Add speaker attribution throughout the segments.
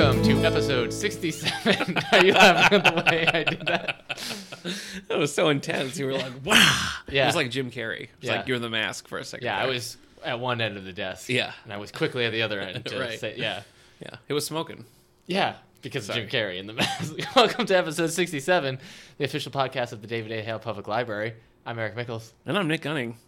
Speaker 1: episode 67. Are you laughing at the way I did that?
Speaker 2: That was so intense. You were like, wow.
Speaker 1: Yeah.
Speaker 2: It was like Jim Carrey. It's
Speaker 1: Yeah.
Speaker 2: like you're the mask for a second.
Speaker 1: Yeah, I
Speaker 2: there.
Speaker 1: was at one end of the desk.
Speaker 2: Yeah.
Speaker 1: And I was quickly at the other end. To
Speaker 2: Right.
Speaker 1: say, yeah.
Speaker 2: Yeah. It was smoking.
Speaker 1: Yeah, because of Jim Carrey and the mask. Welcome to episode 67, the official podcast of the David A. Hale Public Library. I'm Eric Mickles.
Speaker 2: And I'm Nick Gunning.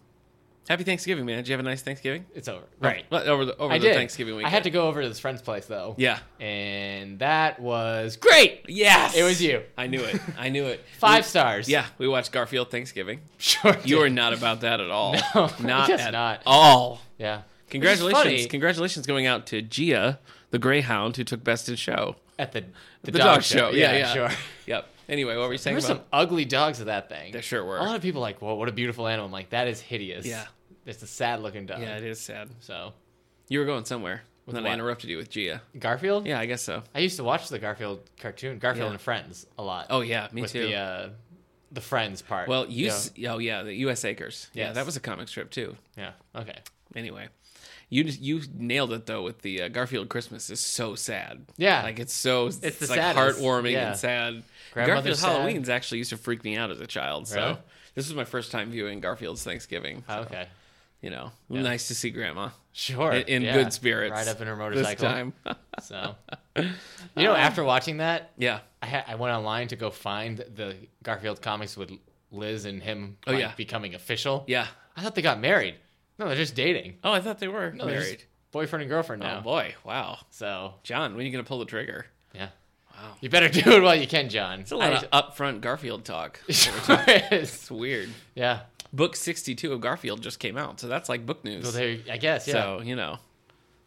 Speaker 2: Happy Thanksgiving, man. Did you have a nice Thanksgiving?
Speaker 1: It's over. Right.
Speaker 2: Well, over the, over
Speaker 1: I
Speaker 2: the
Speaker 1: did.
Speaker 2: Thanksgiving weekend.
Speaker 1: I had to go over to this friend's place, though.
Speaker 2: Yeah.
Speaker 1: And that was great.
Speaker 2: Yes.
Speaker 1: It was you.
Speaker 2: I knew it. I knew it.
Speaker 1: Five
Speaker 2: We-
Speaker 1: stars.
Speaker 2: Yeah. We watched Garfield Thanksgiving.
Speaker 1: Sure.
Speaker 2: You
Speaker 1: did.
Speaker 2: are not about that at all.
Speaker 1: No,
Speaker 2: Not
Speaker 1: just
Speaker 2: at
Speaker 1: not.
Speaker 2: all.
Speaker 1: Yeah.
Speaker 2: Congratulations.
Speaker 1: funny.
Speaker 2: Congratulations going out to Gia, the Greyhound who took Best in Show.
Speaker 1: At the, the,
Speaker 2: The
Speaker 1: dog, show.
Speaker 2: Yeah, yeah.
Speaker 1: sure.
Speaker 2: Yep. Anyway, what were you saying
Speaker 1: There were
Speaker 2: about
Speaker 1: some ugly dogs at that thing.
Speaker 2: There sure were.
Speaker 1: A lot of people like, "Whoa, what a beautiful animal!" I'm like, "That is hideous."
Speaker 2: Yeah.
Speaker 1: it's a sad looking dog.
Speaker 2: Yeah, it is sad.
Speaker 1: So
Speaker 2: You were going somewhere. and then I
Speaker 1: what?
Speaker 2: interrupted you with Gia.
Speaker 1: Garfield.
Speaker 2: Yeah, I guess so.
Speaker 1: I used to watch the Garfield cartoon, Garfield
Speaker 2: Yeah.
Speaker 1: and Friends, a lot.
Speaker 2: Oh yeah, me
Speaker 1: with
Speaker 2: too.
Speaker 1: the uh, the Friends part.
Speaker 2: well, you
Speaker 1: Yeah.
Speaker 2: s- oh yeah, the U.S. Acres. Yeah,
Speaker 1: Yes.
Speaker 2: that was a comic strip too.
Speaker 1: yeah. Okay.
Speaker 2: Anyway, you just, you nailed it though with the uh, Garfield Christmas is so sad.
Speaker 1: Yeah.
Speaker 2: like it's so it's,
Speaker 1: the
Speaker 2: like
Speaker 1: saddest.
Speaker 2: heartwarming
Speaker 1: Yeah.
Speaker 2: and sad. Garfield
Speaker 1: Grandmother's sad.
Speaker 2: Halloween's actually used to freak me out as a child. So
Speaker 1: Really?
Speaker 2: this was my first time viewing Garfield's Thanksgiving. So,
Speaker 1: Oh, okay.
Speaker 2: you know, nice to see Grandma
Speaker 1: Sure.
Speaker 2: in, in
Speaker 1: yeah.
Speaker 2: good spirits.
Speaker 1: Ride up in her motorcycle.
Speaker 2: this time. Um,
Speaker 1: So, you know, after watching that,
Speaker 2: yeah,
Speaker 1: I, ha- I went online to go find the Garfield comics with Liz and him
Speaker 2: Oh,
Speaker 1: like,
Speaker 2: yeah.
Speaker 1: becoming official.
Speaker 2: yeah.
Speaker 1: I thought they got married. No, they're just dating.
Speaker 2: Oh, I thought they were
Speaker 1: No, they're just
Speaker 2: married.
Speaker 1: Boyfriend and girlfriend now.
Speaker 2: Oh boy, wow,
Speaker 1: So
Speaker 2: John, when are you gonna pull the trigger?
Speaker 1: yeah.
Speaker 2: Wow.
Speaker 1: You better do it while you can, John.
Speaker 2: It's a lot of upfront Garfield talk. It's weird.
Speaker 1: yeah.
Speaker 2: Book 62 of Garfield just came out, so that's like book news.
Speaker 1: Well, there. I guess. Yeah.
Speaker 2: So, you know,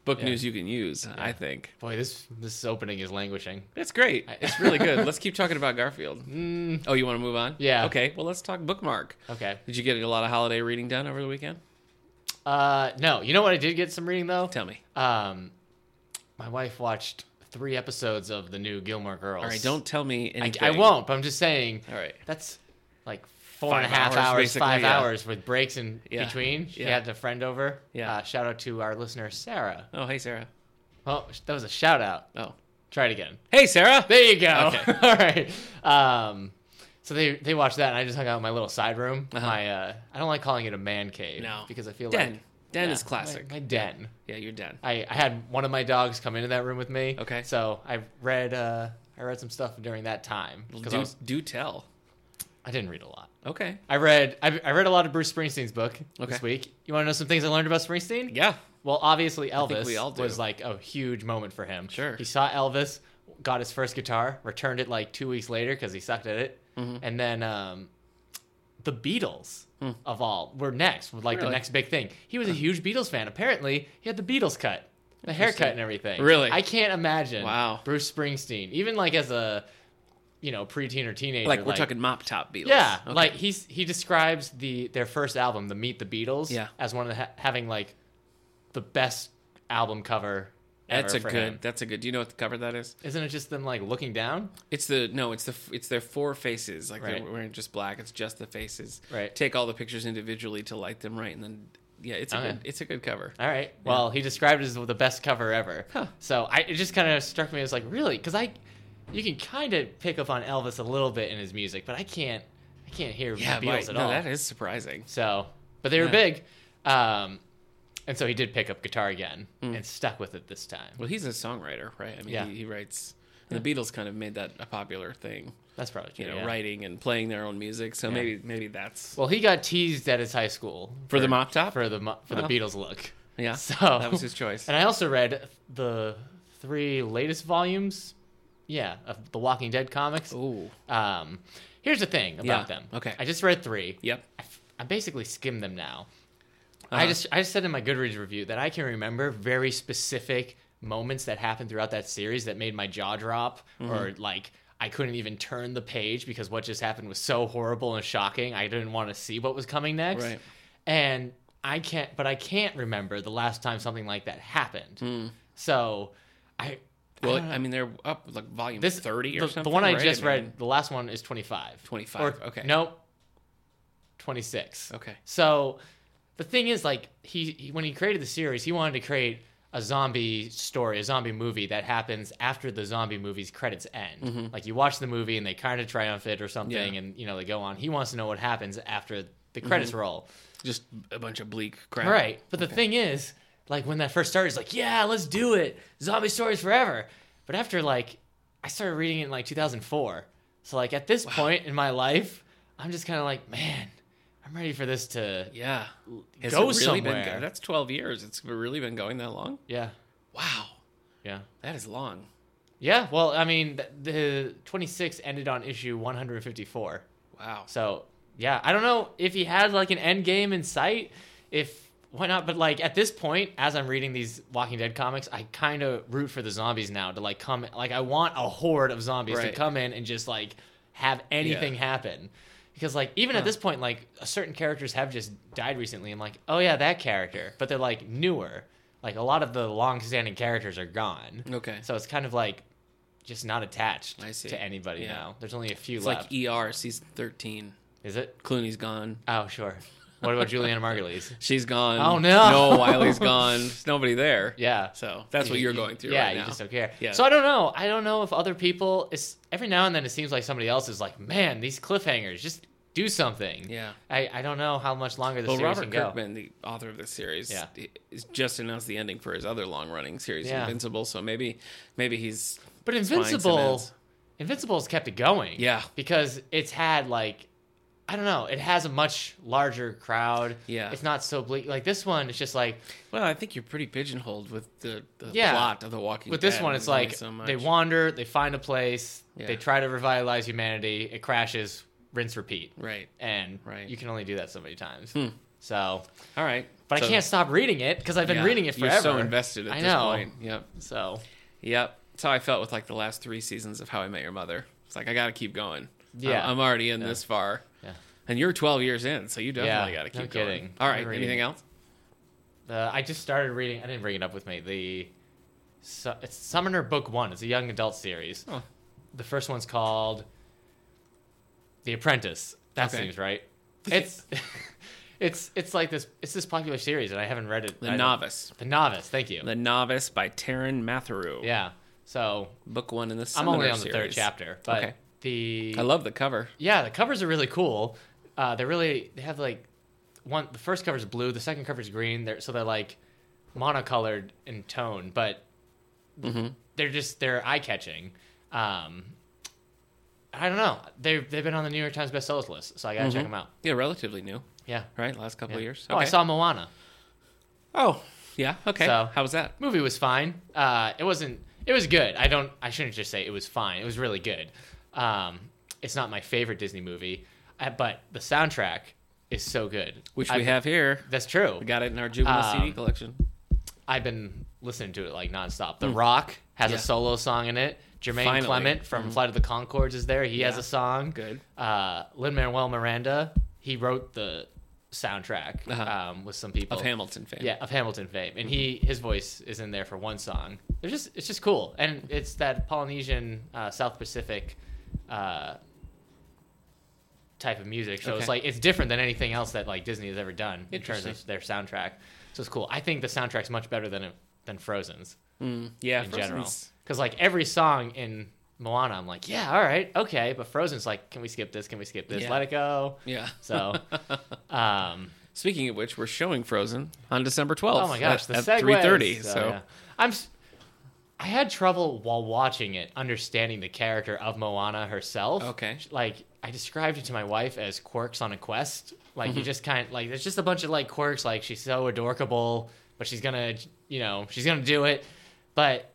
Speaker 2: book news you can use, I think.
Speaker 1: Boy, this this opening is languishing.
Speaker 2: It's great. It's really good. let's keep talking about Garfield. Oh, you want to move on?
Speaker 1: Mm. Yeah.
Speaker 2: Okay, well, let's talk bookmark.
Speaker 1: Okay.
Speaker 2: Did you get a lot of holiday reading done over the weekend?
Speaker 1: Uh, no. You know what? I did get some reading though.
Speaker 2: Tell me.
Speaker 1: Um, my wife watched three episodes of the new Gilmore Girls.
Speaker 2: All right, don't tell me
Speaker 1: I,
Speaker 2: anything.
Speaker 1: I won't. But I'm just saying.
Speaker 2: All right.
Speaker 1: That's like four and a
Speaker 2: Five
Speaker 1: half
Speaker 2: hours,
Speaker 1: hours,
Speaker 2: basically,
Speaker 1: five
Speaker 2: yeah.
Speaker 1: hours with breaks in
Speaker 2: Yeah.
Speaker 1: between. She
Speaker 2: Yeah.
Speaker 1: had a friend over.
Speaker 2: Yeah.
Speaker 1: Uh, shout out to our listener Sarah.
Speaker 2: Oh, hey, Sarah.
Speaker 1: Well, that was a shout out.
Speaker 2: Oh.
Speaker 1: Try it again.
Speaker 2: Hey, Sarah.
Speaker 1: There you go.
Speaker 2: Okay.
Speaker 1: All right. Um, so they they watched that, and I just hung out in my little side room. My uh, I don't like calling it a man cave.
Speaker 2: Uh-huh. No.
Speaker 1: because I feel
Speaker 2: Den.
Speaker 1: like
Speaker 2: Den
Speaker 1: Yeah,
Speaker 2: is classic.
Speaker 1: My, my den.
Speaker 2: yeah, you're den.
Speaker 1: I, I had one of my dogs come into that room with me.
Speaker 2: Okay.
Speaker 1: So I read uh, I read some stuff during that time because I,
Speaker 2: Do,
Speaker 1: was-
Speaker 2: do tell.
Speaker 1: I didn't read a lot.
Speaker 2: Okay.
Speaker 1: I read I, I read a lot of Bruce Springsteen's book
Speaker 2: Okay.
Speaker 1: this week. You want to know some things I learned about Springsteen?
Speaker 2: Yeah.
Speaker 1: Well, obviously
Speaker 2: think
Speaker 1: Elvis
Speaker 2: we all do.
Speaker 1: was like a huge moment for him.
Speaker 2: Sure.
Speaker 1: He saw Elvis, got his first guitar, returned it like two weeks later because he sucked at it,
Speaker 2: Mm-hmm.
Speaker 1: and then um, the Beatles of all were next, were like the
Speaker 2: Hmm. Really?
Speaker 1: next big thing. He was a huge Beatles fan. Apparently, he had the Beatles cut, the haircut and everything.
Speaker 2: Really?
Speaker 1: I can't imagine.
Speaker 2: Wow.
Speaker 1: Bruce Springsteen, even like as a you know preteen or teenager,
Speaker 2: Like, we're talking mop top Beatles.
Speaker 1: yeah,
Speaker 2: Okay.
Speaker 1: like he's he describes the their first album, the Meet the Beatles,
Speaker 2: Yeah.
Speaker 1: as one of the ha- having like the best album cover. Ever
Speaker 2: That's a
Speaker 1: for
Speaker 2: good.
Speaker 1: him.
Speaker 2: That's a good. Do you know what the cover that is?
Speaker 1: Isn't it just them like looking down?
Speaker 2: It's the no. It's the it's their four faces. Like
Speaker 1: Right.
Speaker 2: they're wearing just black. It's just the faces.
Speaker 1: Right.
Speaker 2: Take all the pictures individually to light them right, and then yeah, it's a
Speaker 1: Okay.
Speaker 2: good, it's a good cover.
Speaker 1: All right. Well, he described it as the best cover ever.
Speaker 2: Huh.
Speaker 1: So I it just kind of struck me as like really because I, you can kind of pick up on Elvis a little bit in his music, but I can't I can't hear
Speaker 2: Yeah,
Speaker 1: the Beatles
Speaker 2: right.
Speaker 1: at
Speaker 2: no,
Speaker 1: all.
Speaker 2: that is surprising.
Speaker 1: So, but they were
Speaker 2: Yeah.
Speaker 1: big, um, and so he did pick up guitar again
Speaker 2: Hmm.
Speaker 1: and stuck with it this time.
Speaker 2: Well, he's a songwriter, right? I mean,
Speaker 1: Yeah.
Speaker 2: he, he writes. and The Beatles kind of made that a popular thing,
Speaker 1: That's probably true.
Speaker 2: you know,
Speaker 1: yeah.
Speaker 2: writing and playing their own music. So maybe maybe that's
Speaker 1: Well, he got teased at his high school
Speaker 2: for, the mop top.
Speaker 1: for the mo- for the
Speaker 2: Oh.
Speaker 1: Beatles look.
Speaker 2: yeah,
Speaker 1: So
Speaker 2: that was his choice.
Speaker 1: And I also read the three latest volumes, yeah, of the Walking Dead comics.
Speaker 2: Ooh,
Speaker 1: Um, here's the thing about
Speaker 2: Yeah,
Speaker 1: them.
Speaker 2: okay.
Speaker 1: I just read three.
Speaker 2: yep.
Speaker 1: I, f- I basically skimmed them now. I
Speaker 2: Uh-huh.
Speaker 1: just I just said in my Goodreads review that I can remember very specific moments that happened throughout that series that made my jaw drop
Speaker 2: Mm-hmm.
Speaker 1: or like I couldn't even turn the page because what just happened was so horrible and shocking. I didn't want to see what was coming next.
Speaker 2: Right.
Speaker 1: And I can't but I can't remember the last time something like that happened. So I
Speaker 2: Hmm. Well, I, mean, they're up like volume
Speaker 1: this
Speaker 2: thirty or
Speaker 1: the,
Speaker 2: something.
Speaker 1: The one I
Speaker 2: right?
Speaker 1: just
Speaker 2: mean,
Speaker 1: read, the last one is 25.
Speaker 2: 25, okay.
Speaker 1: Nope. 26.
Speaker 2: Okay.
Speaker 1: So the thing is like he, he when he created the series, he wanted to create a zombie story, a zombie movie that happens after the zombie movie's credits end. Like you watch the movie and they kind of triumph it or something,
Speaker 2: Yeah.
Speaker 1: and you know they go on. He wants to know what happens after the credits roll.
Speaker 2: Just a bunch of bleak crap.
Speaker 1: Right. But the thing is, like when that first started, it's like, yeah, let's do it. Zombie stories forever. But after like I started reading it in like 2004. So like at this point in my life, I'm just kind of like, man, I'm ready for this to
Speaker 2: Yeah. Has
Speaker 1: Go
Speaker 2: it really Been,
Speaker 1: somewhere.
Speaker 2: go- that's 12 years. It's really been going that long?
Speaker 1: yeah.
Speaker 2: Wow.
Speaker 1: Yeah.
Speaker 2: That is long.
Speaker 1: Yeah, well, I mean, th- the 26 ended on issue 154.
Speaker 2: Wow.
Speaker 1: So, yeah, I don't know if he had like an end game in sight, if why not, but like at this point as I'm reading these Walking Dead comics, I kind of root for the zombies now to like come like I want a horde of zombies to
Speaker 2: Right.
Speaker 1: come in and just like have anything happen. Because like even at this point like certain characters have just died recently. I'm like, "Oh yeah, that character." But they're like newer. Like a lot of the long-standing characters are gone.
Speaker 2: Okay.
Speaker 1: So it's kind of like just not attached
Speaker 2: I see.
Speaker 1: to anybody
Speaker 2: Yeah.
Speaker 1: now. There's only a few
Speaker 2: it's
Speaker 1: left.
Speaker 2: like ER season 13.
Speaker 1: Is it?
Speaker 2: Clooney's gone.
Speaker 1: Oh, sure. What about Juliana Margulies?
Speaker 2: She's gone.
Speaker 1: Oh, no.
Speaker 2: No, Wiley's gone. There's nobody there.
Speaker 1: Yeah.
Speaker 2: So that's what you're going through
Speaker 1: Yeah,
Speaker 2: right
Speaker 1: you
Speaker 2: now.
Speaker 1: just don't care.
Speaker 2: Yeah.
Speaker 1: So I don't know. I don't know if other people. It's every now and then it seems like somebody else is like, man, these cliffhangers, just do something.
Speaker 2: Yeah.
Speaker 1: I, I don't know how much longer the
Speaker 2: Well,
Speaker 1: series can
Speaker 2: Robert
Speaker 1: go.
Speaker 2: Kirkman, the author of this series,
Speaker 1: Yeah.
Speaker 2: is just announced the ending for his other long-running series,
Speaker 1: Yeah.
Speaker 2: Invincible. So maybe, maybe he's
Speaker 1: But
Speaker 2: fine,
Speaker 1: Invincible,
Speaker 2: Simmons.
Speaker 1: Invincible's kept it going.
Speaker 2: Yeah.
Speaker 1: because it's had like, I don't know, it has a much larger crowd.
Speaker 2: Yeah.
Speaker 1: it's not so bleak. Like this one, it's just like
Speaker 2: Well, I think you're pretty pigeonholed with the, the
Speaker 1: Yeah.
Speaker 2: plot of The Walking
Speaker 1: with
Speaker 2: Dead.
Speaker 1: this one,
Speaker 2: There's
Speaker 1: it's
Speaker 2: only
Speaker 1: like
Speaker 2: so much.
Speaker 1: they wander, they find a place,
Speaker 2: Yeah.
Speaker 1: they try to revitalize humanity, it crashes, rinse, repeat,
Speaker 2: right.
Speaker 1: and
Speaker 2: Right.
Speaker 1: you can only do that so many times. So,
Speaker 2: All right,
Speaker 1: but
Speaker 2: So-
Speaker 1: I can't stop reading it because I've been
Speaker 2: yeah,
Speaker 1: reading it forever.
Speaker 2: You're so invested at
Speaker 1: I
Speaker 2: this
Speaker 1: know.
Speaker 2: point. Yep,
Speaker 1: So,
Speaker 2: yep. That's how I felt with like the last three seasons of How I Met Your Mother. It's like I got to keep going.
Speaker 1: Yeah.
Speaker 2: I'm, I'm already in this far.
Speaker 1: Yeah.
Speaker 2: And you're 12 years in, so you definitely
Speaker 1: Yeah,
Speaker 2: got to
Speaker 1: no
Speaker 2: keep
Speaker 1: kidding.
Speaker 2: going. All right.
Speaker 1: I'm reading.
Speaker 2: Anything else?
Speaker 1: uh, I just started reading. I didn't bring it up with me. The Su- it's Summoner Book One. It's a young adult series.
Speaker 2: Oh.
Speaker 1: The first one's called The Apprentice. That
Speaker 2: Okay.
Speaker 1: seems right. It's it's it's like this. It's this popular series, and I haven't read it. I
Speaker 2: The
Speaker 1: don't-
Speaker 2: Novice.
Speaker 1: The novice. Thank you.
Speaker 2: The Novice by Taryn Matheru.
Speaker 1: yeah. So
Speaker 2: Book one in the
Speaker 1: I'm
Speaker 2: Summoner
Speaker 1: only on the third
Speaker 2: series.
Speaker 1: chapter, but
Speaker 2: Okay.
Speaker 1: the
Speaker 2: I love the cover.
Speaker 1: yeah, the covers are really cool. Uh, they're really they have like one. The first cover's blue. The second cover's green. They're so they're like monocolored in tone, but
Speaker 2: Mm-hmm.
Speaker 1: they're just they're eye catching. Um, I don't know. They they've been on the New York Times bestsellers list, so I gotta check 'em check them out.
Speaker 2: Yeah, relatively new,
Speaker 1: Yeah.
Speaker 2: right? Last couple of years.
Speaker 1: Oh, I
Speaker 2: Mm-hmm. Okay.
Speaker 1: saw Moana.
Speaker 2: Oh, yeah. Okay.
Speaker 1: So-
Speaker 2: How was that?
Speaker 1: movie was fine. Uh, it wasn't. It was good. I don't. I shouldn't just say it was fine. It was really good. Um, it's not my favorite Disney movie, uh, but the soundtrack is so good.
Speaker 2: Which
Speaker 1: I've-
Speaker 2: we have here.
Speaker 1: That's true.
Speaker 2: We got it in our juvenile
Speaker 1: Um,
Speaker 2: CD collection.
Speaker 1: I've been listening to it like nonstop. The Rock has
Speaker 2: Hmm. Yeah.
Speaker 1: a solo song in it. Jermaine
Speaker 2: Finally. Mm-hmm.
Speaker 1: Clement from Flight of the Concords is there. He has
Speaker 2: Yeah.
Speaker 1: a song.
Speaker 2: Good.
Speaker 1: Uh, Lin Manuel Miranda. He wrote the soundtrack
Speaker 2: Uh-huh.
Speaker 1: um, with some people.
Speaker 2: Of Hamilton fame.
Speaker 1: Yeah, of Hamilton fame, and he his voice is in there for one song. They're just it's just cool, and it's that Polynesian uh, South Pacific uh, type of music. So
Speaker 2: Okay.
Speaker 1: it's like it's different than anything else that like Disney has ever done in terms of
Speaker 2: Interesting.
Speaker 1: their soundtrack. So it's cool. I think the soundtrack's much better than than Frozen's
Speaker 2: Mm, yeah.
Speaker 1: in
Speaker 2: for
Speaker 1: general,
Speaker 2: instance,
Speaker 1: because like every song in Moana, I'm like, yeah, all right, okay, but Frozen's like, can we skip this? Can we skip this?
Speaker 2: Yeah.
Speaker 1: Let it go.
Speaker 2: Yeah.
Speaker 1: So, um,
Speaker 2: Speaking of which, we're showing Frozen on December 12th.
Speaker 1: Oh my gosh,
Speaker 2: at,
Speaker 1: the uh,
Speaker 2: at
Speaker 1: segues. Oh,
Speaker 2: 3:30. So,
Speaker 1: yeah. I'm s- I had trouble while watching it understanding the character of Moana herself.
Speaker 2: Okay.
Speaker 1: Like I described it to my wife as quirks on a quest. Like
Speaker 2: Mm-hmm.
Speaker 1: you just kind of like there's just a bunch of like quirks like she's so adorkable, but she's going to, you know, she's going to do it. But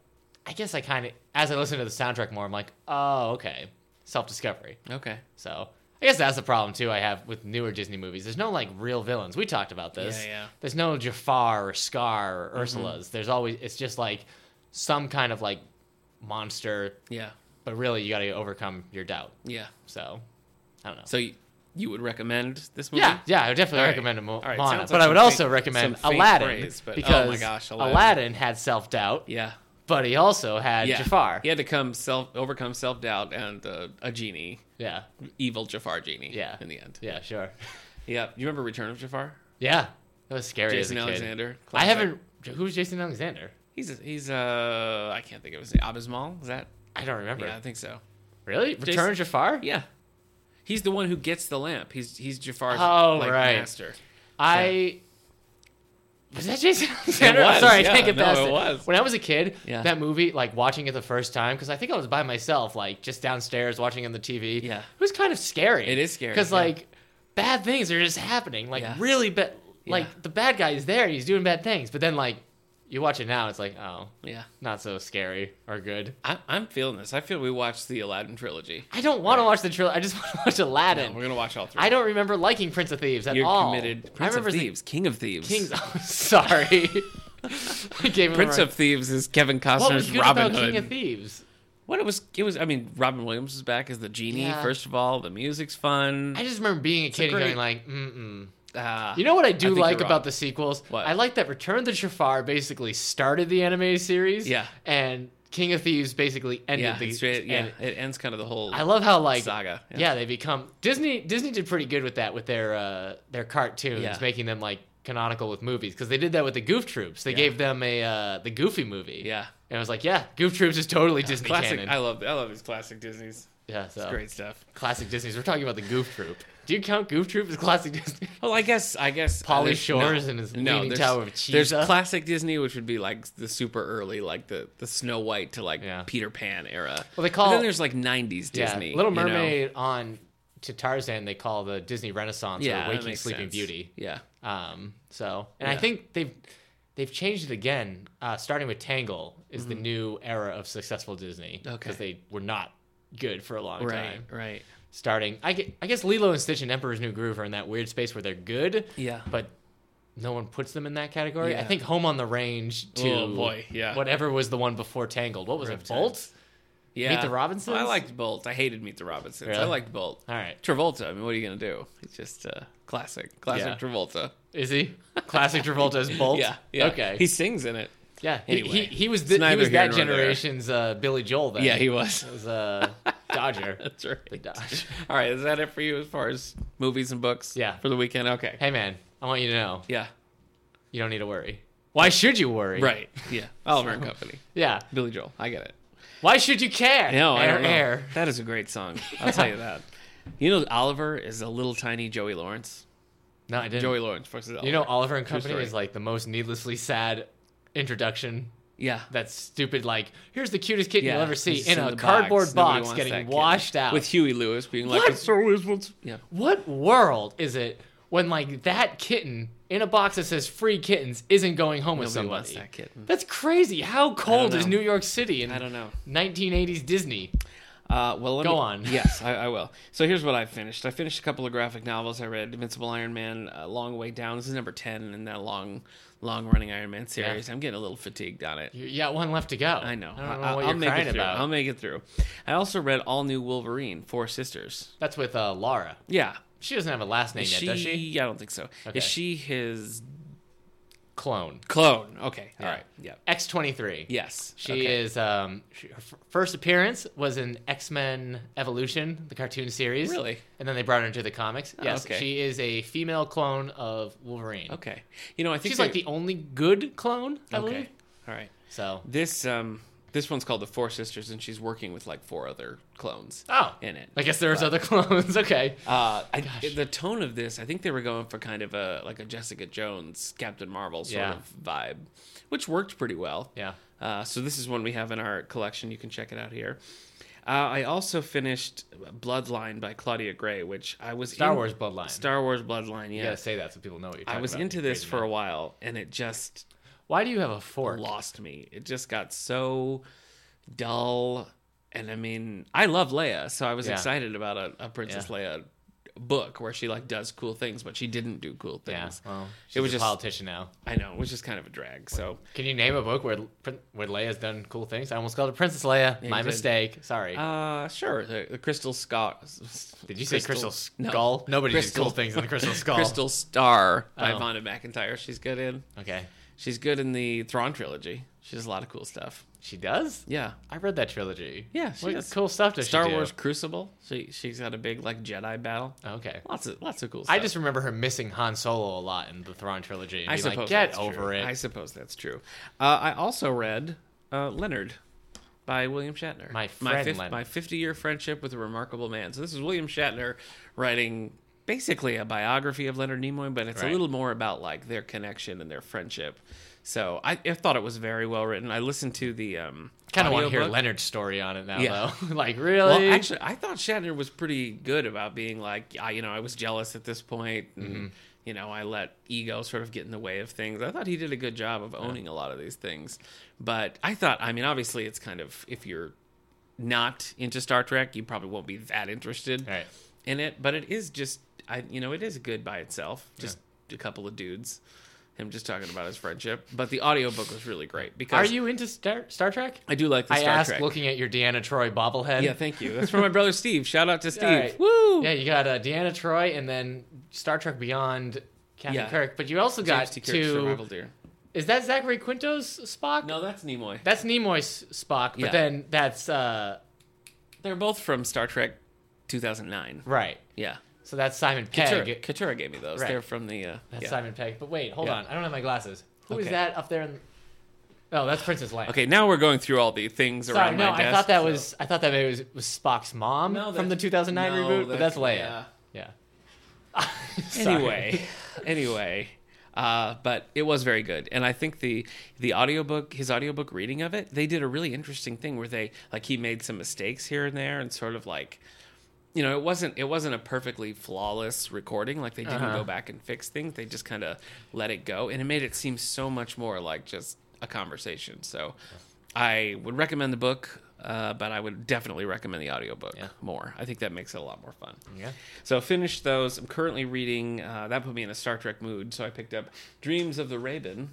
Speaker 1: I guess I kind of as I listen to the soundtrack more I'm like, "Oh, okay. Self-discovery."
Speaker 2: okay.
Speaker 1: So I guess that's the problem too I have with newer Disney movies. There's no like real villains. We talked about this.
Speaker 2: Yeah, yeah. Mm-hmm.
Speaker 1: There's no Jafar or Scar or Ursula's. There's always it's just like some kind of like monster,
Speaker 2: Yeah.
Speaker 1: but really you got to overcome your doubt.
Speaker 2: Yeah.
Speaker 1: So I don't know.
Speaker 2: So you, you would recommend this movie?
Speaker 1: yeah, yeah, I would definitely
Speaker 2: Hmm. All right.
Speaker 1: recommend a Mo-
Speaker 2: All right,
Speaker 1: Moana,
Speaker 2: sounds
Speaker 1: but
Speaker 2: like
Speaker 1: I would
Speaker 2: some
Speaker 1: also
Speaker 2: faint-
Speaker 1: recommend
Speaker 2: some faint
Speaker 1: Aladdin
Speaker 2: praise, but- oh my
Speaker 1: because
Speaker 2: gosh, Aladdin.
Speaker 1: Aladdin. had self doubt,
Speaker 2: Yeah.
Speaker 1: but he also had
Speaker 2: Yeah.
Speaker 1: Jafar.
Speaker 2: He had to come self overcome self doubt and uh, a genie,
Speaker 1: yeah,
Speaker 2: evil Jafar genie.
Speaker 1: Yeah.
Speaker 2: In the end.
Speaker 1: yeah, sure,
Speaker 2: Yeah. You remember Return of Jafar?
Speaker 1: yeah. That was scary
Speaker 2: Jason
Speaker 1: as a kid.
Speaker 2: Alexander.
Speaker 1: I
Speaker 2: classic.
Speaker 1: haven't. Who's Jason Alexander?
Speaker 2: He's a, he's uh I can't think of his name. Abismal is that?
Speaker 1: I don't remember.
Speaker 2: Yeah, I think so.
Speaker 1: Really? Return of Jafar?
Speaker 2: Yeah, he's the one who gets the lamp. He's he's Jafar's
Speaker 1: Oh,
Speaker 2: like,
Speaker 1: right.
Speaker 2: master.
Speaker 1: I was that Jason Alexander.
Speaker 2: was,
Speaker 1: I'm sorry,
Speaker 2: yeah.
Speaker 1: I can't get
Speaker 2: No,
Speaker 1: past
Speaker 2: it
Speaker 1: it.
Speaker 2: was.
Speaker 1: When I was a kid,
Speaker 2: Yeah.
Speaker 1: that movie, like watching it the first time, because I think I was by myself, like just downstairs watching on the TV.
Speaker 2: Yeah.
Speaker 1: it was kind of scary.
Speaker 2: It is scary,
Speaker 1: because
Speaker 2: yeah.
Speaker 1: like bad things are just happening. Like
Speaker 2: Yeah.
Speaker 1: really bad. Like
Speaker 2: Yeah.
Speaker 1: the bad guy is there and he's doing bad things, but then like you watch it now, it's like oh,
Speaker 2: Yeah,
Speaker 1: not so scary or good.
Speaker 2: I, I'm feeling this. I feel we watched the Aladdin trilogy.
Speaker 1: I don't want to watch the trailer. I just want to watch Aladdin.
Speaker 2: We're gonna watch all three.
Speaker 1: I don't remember liking Prince of Thieves at
Speaker 2: You're
Speaker 1: all.
Speaker 2: committed.
Speaker 1: I
Speaker 2: Prince
Speaker 1: remember
Speaker 2: of
Speaker 1: the
Speaker 2: Thieves, King of Thieves,
Speaker 1: Kings. Oh, sorry. I gave him the
Speaker 2: Prince
Speaker 1: wrong-
Speaker 2: of Thieves is Kevin
Speaker 1: What was
Speaker 2: Costner's
Speaker 1: good
Speaker 2: Robin
Speaker 1: about
Speaker 2: Hood.
Speaker 1: King of Thieves?
Speaker 2: What it was, it was. I mean, Robin Williams is back as the genie.
Speaker 1: Yeah.
Speaker 2: First of all, the music's fun.
Speaker 1: I just remember being a kid and
Speaker 2: great-
Speaker 1: going like, mm-mm.
Speaker 2: Ah,
Speaker 1: You know what I do
Speaker 2: think
Speaker 1: like
Speaker 2: you're wrong.
Speaker 1: about the sequels?
Speaker 2: What?
Speaker 1: I like that Return of the Jafar basically started the anime series.
Speaker 2: Yeah.
Speaker 1: And King of Thieves basically ended
Speaker 2: yeah,
Speaker 1: the
Speaker 2: it's great. yeah,
Speaker 1: and
Speaker 2: it ends kind of the whole.
Speaker 1: I love how like
Speaker 2: Saga, yeah.
Speaker 1: Yeah. they become Disney. Disney did pretty good with that with their uh, their cartoons,
Speaker 2: Yeah.
Speaker 1: making them like canonical with movies because they did that with the Goof Troops. They gave them a uh, the Goofy movie.
Speaker 2: yeah,
Speaker 1: and I was like, yeah, Goof Troops is totally Disney
Speaker 2: classic.
Speaker 1: canon.
Speaker 2: I love, I love these classic Disney's.
Speaker 1: yeah, so
Speaker 2: It's great stuff.
Speaker 1: classic Disney's. We're talking about the Goof Troop. Do you count Goof Troop as classic Disney?
Speaker 2: Well, I guess, I guess. uh,
Speaker 1: Pauly
Speaker 2: there's-
Speaker 1: Shores and his Leaning
Speaker 2: there's-
Speaker 1: Tower of
Speaker 2: There's
Speaker 1: Cheesa.
Speaker 2: classic Disney, which would be like the super early, like the the Snow White to like
Speaker 1: Yeah.
Speaker 2: Peter Pan era.
Speaker 1: Well, they
Speaker 2: But
Speaker 1: call-
Speaker 2: then there's like '90s Disney.
Speaker 1: yeah, Little
Speaker 2: you know?
Speaker 1: Mermaid on to Tarzan. They call the Disney Renaissance
Speaker 2: Yeah, that
Speaker 1: or Waking
Speaker 2: makes
Speaker 1: Sleeping
Speaker 2: sense.
Speaker 1: Beauty.
Speaker 2: Yeah,
Speaker 1: Um, so, and I
Speaker 2: Yeah.
Speaker 1: think they've they've changed it again, uh, starting with Tangle is the new era of successful Disney
Speaker 2: Mm-hmm. Okay.
Speaker 1: because they were not good for a long
Speaker 2: right,
Speaker 1: time.
Speaker 2: right.
Speaker 1: Starting, I gue- I guess Lilo and Stitch and Emperor's New Groove are in that weird space where they're good,
Speaker 2: Yeah.
Speaker 1: but no one puts them in that category. I
Speaker 2: Yeah.
Speaker 1: think Home on the Range to
Speaker 2: Oh, boy, yeah.
Speaker 1: whatever was the one before Tangled. What was
Speaker 2: Rough
Speaker 1: it? Bolt.
Speaker 2: Yeah.
Speaker 1: the Robinsons?
Speaker 2: I liked Bolt. I hated Meet the Robinsons. I
Speaker 1: Really?
Speaker 2: liked Bolt.
Speaker 1: All right,
Speaker 2: Travolta. I mean, what are you gonna do? It's just uh, classic, classic
Speaker 1: Yeah.
Speaker 2: Travolta.
Speaker 1: is he classic Travolta as Bolt?
Speaker 2: Yeah, yeah.
Speaker 1: Okay.
Speaker 2: He sings in it.
Speaker 1: yeah. He-
Speaker 2: Anyway,
Speaker 1: he, he was
Speaker 2: it's
Speaker 1: the, he
Speaker 2: neither
Speaker 1: was
Speaker 2: here
Speaker 1: that
Speaker 2: nor there.
Speaker 1: generation's uh, Billy Joel. Then
Speaker 2: Yeah, he was.
Speaker 1: It was a Dodger.
Speaker 2: That's right.
Speaker 1: The Dodge.
Speaker 2: All right, is that it for you as far as movies and books?
Speaker 1: Yeah.
Speaker 2: For the weekend? Okay.
Speaker 1: Hey man, I want you to know
Speaker 2: Yeah.
Speaker 1: you don't need to worry. Why should you worry?
Speaker 2: Right. Yeah.
Speaker 1: Oh,
Speaker 2: Oliver and Company.
Speaker 1: Yeah.
Speaker 2: Billy Joel. I get it.
Speaker 1: Why should you care?
Speaker 2: No, I
Speaker 1: air,
Speaker 2: don't know.
Speaker 1: air.
Speaker 2: That is a great song. I'll tell you that. You know, Oliver is a little tiny Joey Lawrence.
Speaker 1: No, I didn't.
Speaker 2: Joey Lawrence versus Oliver.
Speaker 1: you know, Oliver and Company
Speaker 2: story.
Speaker 1: is like the most needlessly sad introduction.
Speaker 2: yeah.
Speaker 1: That stupid, like, here's the cutest kitten
Speaker 2: yeah.
Speaker 1: you'll ever see
Speaker 2: He's
Speaker 1: in a
Speaker 2: the
Speaker 1: cardboard
Speaker 2: Nobody
Speaker 1: box
Speaker 2: wants that
Speaker 1: getting
Speaker 2: kid.
Speaker 1: washed out.
Speaker 2: With Huey Lewis being like,
Speaker 1: What?
Speaker 2: "It's always what's-" Yeah.
Speaker 1: what world is it when like that kitten in a box that says free kittens isn't going home with
Speaker 2: Nobody wants
Speaker 1: somebody?
Speaker 2: that kitten.
Speaker 1: That's crazy. How cold is
Speaker 2: know.
Speaker 1: New York City in
Speaker 2: I don't know.
Speaker 1: 1980s Disney?
Speaker 2: Uh, well, let
Speaker 1: Go
Speaker 2: me-
Speaker 1: on.
Speaker 2: yes, I, I will. So here's what I finished. I finished a couple of graphic novels. I read Invincible Iron Man, uh, Long Way Down. This is number ten in that long, long-running Iron Man series. I'm getting a little fatigued on it.
Speaker 1: You you got one left to go.
Speaker 2: I know.
Speaker 1: I don't know
Speaker 2: I-
Speaker 1: what
Speaker 2: I'll
Speaker 1: you're
Speaker 2: make
Speaker 1: crying
Speaker 2: it through.
Speaker 1: about.
Speaker 2: I'll make it through. I also read All New Wolverine, Four Sisters.
Speaker 1: That's with uh, Laura.
Speaker 2: Yeah,
Speaker 1: She doesn't have a last name
Speaker 2: Is
Speaker 1: yet,
Speaker 2: she,
Speaker 1: does she?
Speaker 2: I don't think so.
Speaker 1: Okay.
Speaker 2: Is she his
Speaker 1: Clone.
Speaker 2: clone? Okay,
Speaker 1: Yeah.
Speaker 2: all right. Yeah.
Speaker 1: X23.
Speaker 2: Yes.
Speaker 1: She
Speaker 2: Okay.
Speaker 1: is. Um, she, her f- first appearance was in X Men Evolution, the cartoon series.
Speaker 2: Really? Oh,
Speaker 1: And then they brought her into the comics. yes,
Speaker 2: okay.
Speaker 1: she is a female clone of Wolverine.
Speaker 2: okay. You know, I think
Speaker 1: She's like
Speaker 2: they-
Speaker 1: the only good clone, I
Speaker 2: okay.
Speaker 1: believe.
Speaker 2: All right.
Speaker 1: So,
Speaker 2: This um this one's called the Four Sisters, and she's working with like four other clones.
Speaker 1: oh,
Speaker 2: in it.
Speaker 1: I guess there's other clones. okay.
Speaker 2: Uh, I, the tone of this, I think they were going for kind of a like a Jessica Jones, Captain Marvel sort
Speaker 1: Yeah.
Speaker 2: of vibe, which worked pretty well.
Speaker 1: Yeah.
Speaker 2: Uh, so this is one we have in our collection. You can check it out here. Uh, I also finished Bloodline by Claudia Gray, which I was
Speaker 1: Star
Speaker 2: in-
Speaker 1: Wars Bloodline.
Speaker 2: Star Wars Bloodline.
Speaker 1: you gotta
Speaker 2: Yeah,
Speaker 1: say that so people know what you're talking
Speaker 2: I was
Speaker 1: about.
Speaker 2: into this for a while, and it just
Speaker 1: Why do you have a fork?
Speaker 2: lost me. It just got so dull. And I mean, I love Leia, so I was
Speaker 1: Yeah.
Speaker 2: excited about a, a Princess Leia book where she like does cool things, but she didn't do cool
Speaker 1: Yeah.
Speaker 2: things.
Speaker 1: Well, she's
Speaker 2: it was
Speaker 1: a
Speaker 2: just
Speaker 1: politician now.
Speaker 2: I know it was just kind of a drag. So
Speaker 1: Can you name a book where where Leia's done cool things? I almost called it Princess Leia. My
Speaker 2: you did.
Speaker 1: mistake. Sorry.
Speaker 2: uh, sure, the, the Crystal Skull.
Speaker 1: Did you say Crystal
Speaker 2: no.
Speaker 1: Skull? Nobody did
Speaker 2: Crystal-
Speaker 1: cool things in the Crystal Skull.
Speaker 2: Crystal Star by
Speaker 1: Oh.
Speaker 2: Vonda McIntyre. She's good in.
Speaker 1: Okay.
Speaker 2: She's good in the Thrawn trilogy. She does a lot of cool stuff.
Speaker 1: She does?
Speaker 2: Yeah.
Speaker 1: I read that trilogy.
Speaker 2: Yeah, she
Speaker 1: what
Speaker 2: does.
Speaker 1: cool stuff does
Speaker 2: Star
Speaker 1: she do?
Speaker 2: Wars Crucible. She she's got a big like Jedi battle.
Speaker 1: Okay.
Speaker 2: Lots of lots of cool stuff.
Speaker 1: I just remember her missing Han Solo a lot in the Thrawn trilogy. And
Speaker 2: I
Speaker 1: being
Speaker 2: suppose
Speaker 1: like, get
Speaker 2: that's
Speaker 1: over
Speaker 2: true.
Speaker 1: it.
Speaker 2: I suppose that's true. Uh, I also read uh, Leonard by William Shatner.
Speaker 1: My friend
Speaker 2: fif-
Speaker 1: Leonard.
Speaker 2: my fifty-year friendship with a remarkable man. So this is William Shatner writing basically a biography of Leonard Nimoy, but it's
Speaker 1: Right.
Speaker 2: a little more about like their connection and their friendship. So I, I thought it was very well written. I listened to the um,
Speaker 1: kind of want to hear
Speaker 2: audiobook.
Speaker 1: Leonard's story on it now,
Speaker 2: Yeah.
Speaker 1: though. like, really?
Speaker 2: Well, actually, I thought Shatner was pretty good about being like, I, you know, I was jealous at this point, and
Speaker 1: Mm-hmm.
Speaker 2: you know, I let ego sort of get in the way of things. I thought he did a good job of owning a lot of these things, but I thought, I mean, obviously, it's kind of if you're not into Star Trek, you probably won't be that interested
Speaker 1: Right.
Speaker 2: in it. But it is just, I, you know, it is good by itself. Just a couple of dudes. Him just talking about his friendship, but the audiobook was really great because
Speaker 1: Are you into Star, Star Trek?
Speaker 2: I do like the
Speaker 1: I
Speaker 2: Star
Speaker 1: asked
Speaker 2: Trek.
Speaker 1: looking at your Deanna Troy bobblehead.
Speaker 2: yeah, thank you. That's from my brother Steve. Shout out to Steve.
Speaker 1: All right.
Speaker 2: Woo!
Speaker 1: Yeah, you got uh, Deanna Troy and then Star Trek Beyond Captain
Speaker 2: Yeah.
Speaker 1: Kirk. But you also got
Speaker 2: James T. Kirk's
Speaker 1: two.
Speaker 2: survival deer.
Speaker 1: Is that Zachary Quinto's Spock?
Speaker 2: No, that's Nimoy.
Speaker 1: That's Nimoy's Spock, but
Speaker 2: Yeah.
Speaker 1: then that's uh
Speaker 2: They're both from Star Trek 2009.
Speaker 1: right.
Speaker 2: Yeah.
Speaker 1: So that's Simon Pegg.
Speaker 2: Katura, Katura gave me those.
Speaker 1: Right.
Speaker 2: They're from the. Uh,
Speaker 1: That's
Speaker 2: yeah.
Speaker 1: Simon Pegg. But wait, hold
Speaker 2: Yeah.
Speaker 1: on. I don't have my glasses. Who is
Speaker 2: Okay.
Speaker 1: that up there in Oh, that's Princess Leia.
Speaker 2: Okay, now we're going through all the things
Speaker 1: Sorry,
Speaker 2: around
Speaker 1: no,
Speaker 2: my desk.
Speaker 1: I thought that
Speaker 2: so-
Speaker 1: was I thought that maybe was, was Spock's mom
Speaker 2: No,
Speaker 1: from the
Speaker 2: that's-
Speaker 1: 2009
Speaker 2: no,
Speaker 1: reboot, but that's
Speaker 2: that's-
Speaker 1: Leia. Yeah.
Speaker 2: yeah.
Speaker 1: Sorry.
Speaker 2: Anyway, anyway, uh, but it was very good, and I think the the audiobook, his audiobook reading of it, they did a really interesting thing where they like he made some mistakes here and there, and sort of like, you know, it wasn't it wasn't a perfectly flawless recording. Like they didn't
Speaker 1: Uh-huh.
Speaker 2: go back and fix things; they just kind of let it go, and it made it seem so much more like just a conversation. So, I would recommend the book. Uh, but I would definitely recommend the audiobook
Speaker 1: Yeah.
Speaker 2: more. I think that makes it a lot more fun.
Speaker 1: Yeah.
Speaker 2: So I finished those. I'm currently reading. Uh, that put me in a Star Trek mood, so I picked up Dreams of the Raven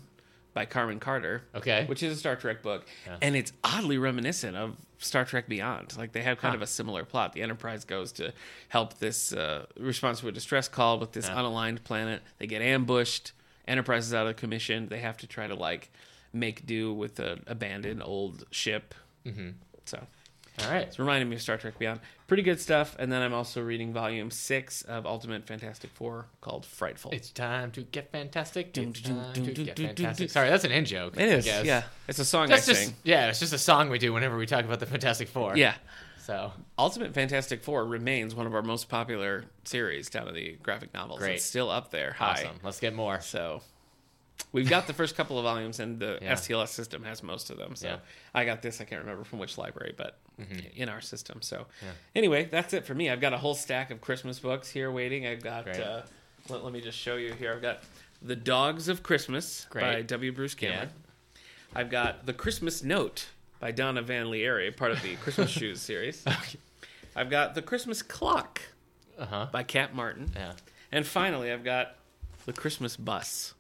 Speaker 2: by Carmen Carter.
Speaker 1: Okay.
Speaker 2: Which is a Star Trek book, and it's oddly reminiscent of Star Trek Beyond. Like they have kind of a similar plot. The Enterprise goes to help this uh, response to a distress call with this unaligned planet. They get ambushed. Enterprise is out of commission. They have to try to like make do with an abandoned old ship. Mm-hmm. So
Speaker 1: All right.
Speaker 2: it's reminding me of Star Trek Beyond. Pretty good stuff. And then I'm also reading volume six of Ultimate Fantastic Four called Frightful.
Speaker 1: It's time to get fantastic.
Speaker 2: Dum,
Speaker 1: It's
Speaker 2: dum,
Speaker 1: time
Speaker 2: dum,
Speaker 1: to
Speaker 2: dum,
Speaker 1: get
Speaker 2: dum, dum,
Speaker 1: fantastic.
Speaker 2: dum.
Speaker 1: Sorry, that's an in joke.
Speaker 2: It is.
Speaker 1: I guess.
Speaker 2: Yeah. It's a song
Speaker 1: That's
Speaker 2: I
Speaker 1: just
Speaker 2: sing.
Speaker 1: yeah, it's just a song we do whenever we talk about the Fantastic Four.
Speaker 2: Yeah.
Speaker 1: So
Speaker 2: Ultimate Fantastic Four remains one of our most popular series down in the graphic novels.
Speaker 1: Great.
Speaker 2: It's still up there. High.
Speaker 1: awesome. Let's get more.
Speaker 2: So we've got the first couple of volumes, and the
Speaker 1: Yeah.
Speaker 2: STLS system has most of them. So
Speaker 1: Yeah. Mm-hmm.
Speaker 2: I got this. I can't remember from which library, but in our system. So anyway, that's it for me. I've got a whole stack of Christmas books here waiting. I've got.
Speaker 1: Great.
Speaker 2: Uh, let, let me just show you here. I've got The Dogs of Christmas by
Speaker 1: Great.
Speaker 2: W. Bruce Cameron. I've got The Christmas Note by Donna Van Lieri, part of the Christmas Shoes series.
Speaker 1: Uh-huh.
Speaker 2: I've got The Christmas Clock
Speaker 1: Uh huh.
Speaker 2: by Cat Martin.
Speaker 1: Yeah.
Speaker 2: And finally, I've got the Christmas bus.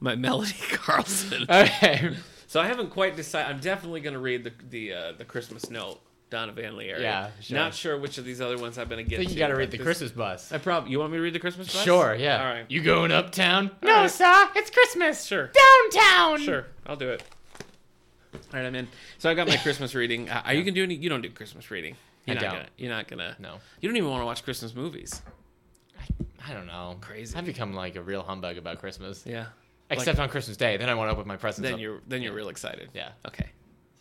Speaker 2: My Melody Carlson.
Speaker 1: Okay.
Speaker 2: So I haven't quite decided. I'm definitely going to read the the uh, the Christmas note, Donna Van Leer.
Speaker 1: Yeah, sure.
Speaker 2: Not sure which of these other ones I'm going to get.
Speaker 1: I think you
Speaker 2: to,
Speaker 1: got to
Speaker 2: but
Speaker 1: read the
Speaker 2: this-
Speaker 1: Christmas bus.
Speaker 2: I probably. You want me to read the Christmas bus?
Speaker 1: Sure. Yeah.
Speaker 2: All right.
Speaker 1: You going uptown?
Speaker 2: No, right.
Speaker 1: sir. It's Christmas.
Speaker 2: Sure.
Speaker 1: Downtown.
Speaker 2: Sure. I'll do it. All right, I'm in. So I got my Christmas reading. Uh, are you going to do any? You don't do Christmas reading. You're
Speaker 1: I
Speaker 2: not
Speaker 1: don't.
Speaker 2: Gonna, you're not gonna.
Speaker 1: No.
Speaker 2: You don't even want to watch Christmas movies.
Speaker 1: I, I don't know.
Speaker 2: Crazy.
Speaker 1: I've become like a real humbug about Christmas.
Speaker 2: Yeah.
Speaker 1: Except on Christmas Day. Then I want to open my presents.
Speaker 2: Then
Speaker 1: up.
Speaker 2: you're then you're real excited.
Speaker 1: Yeah.
Speaker 2: Okay.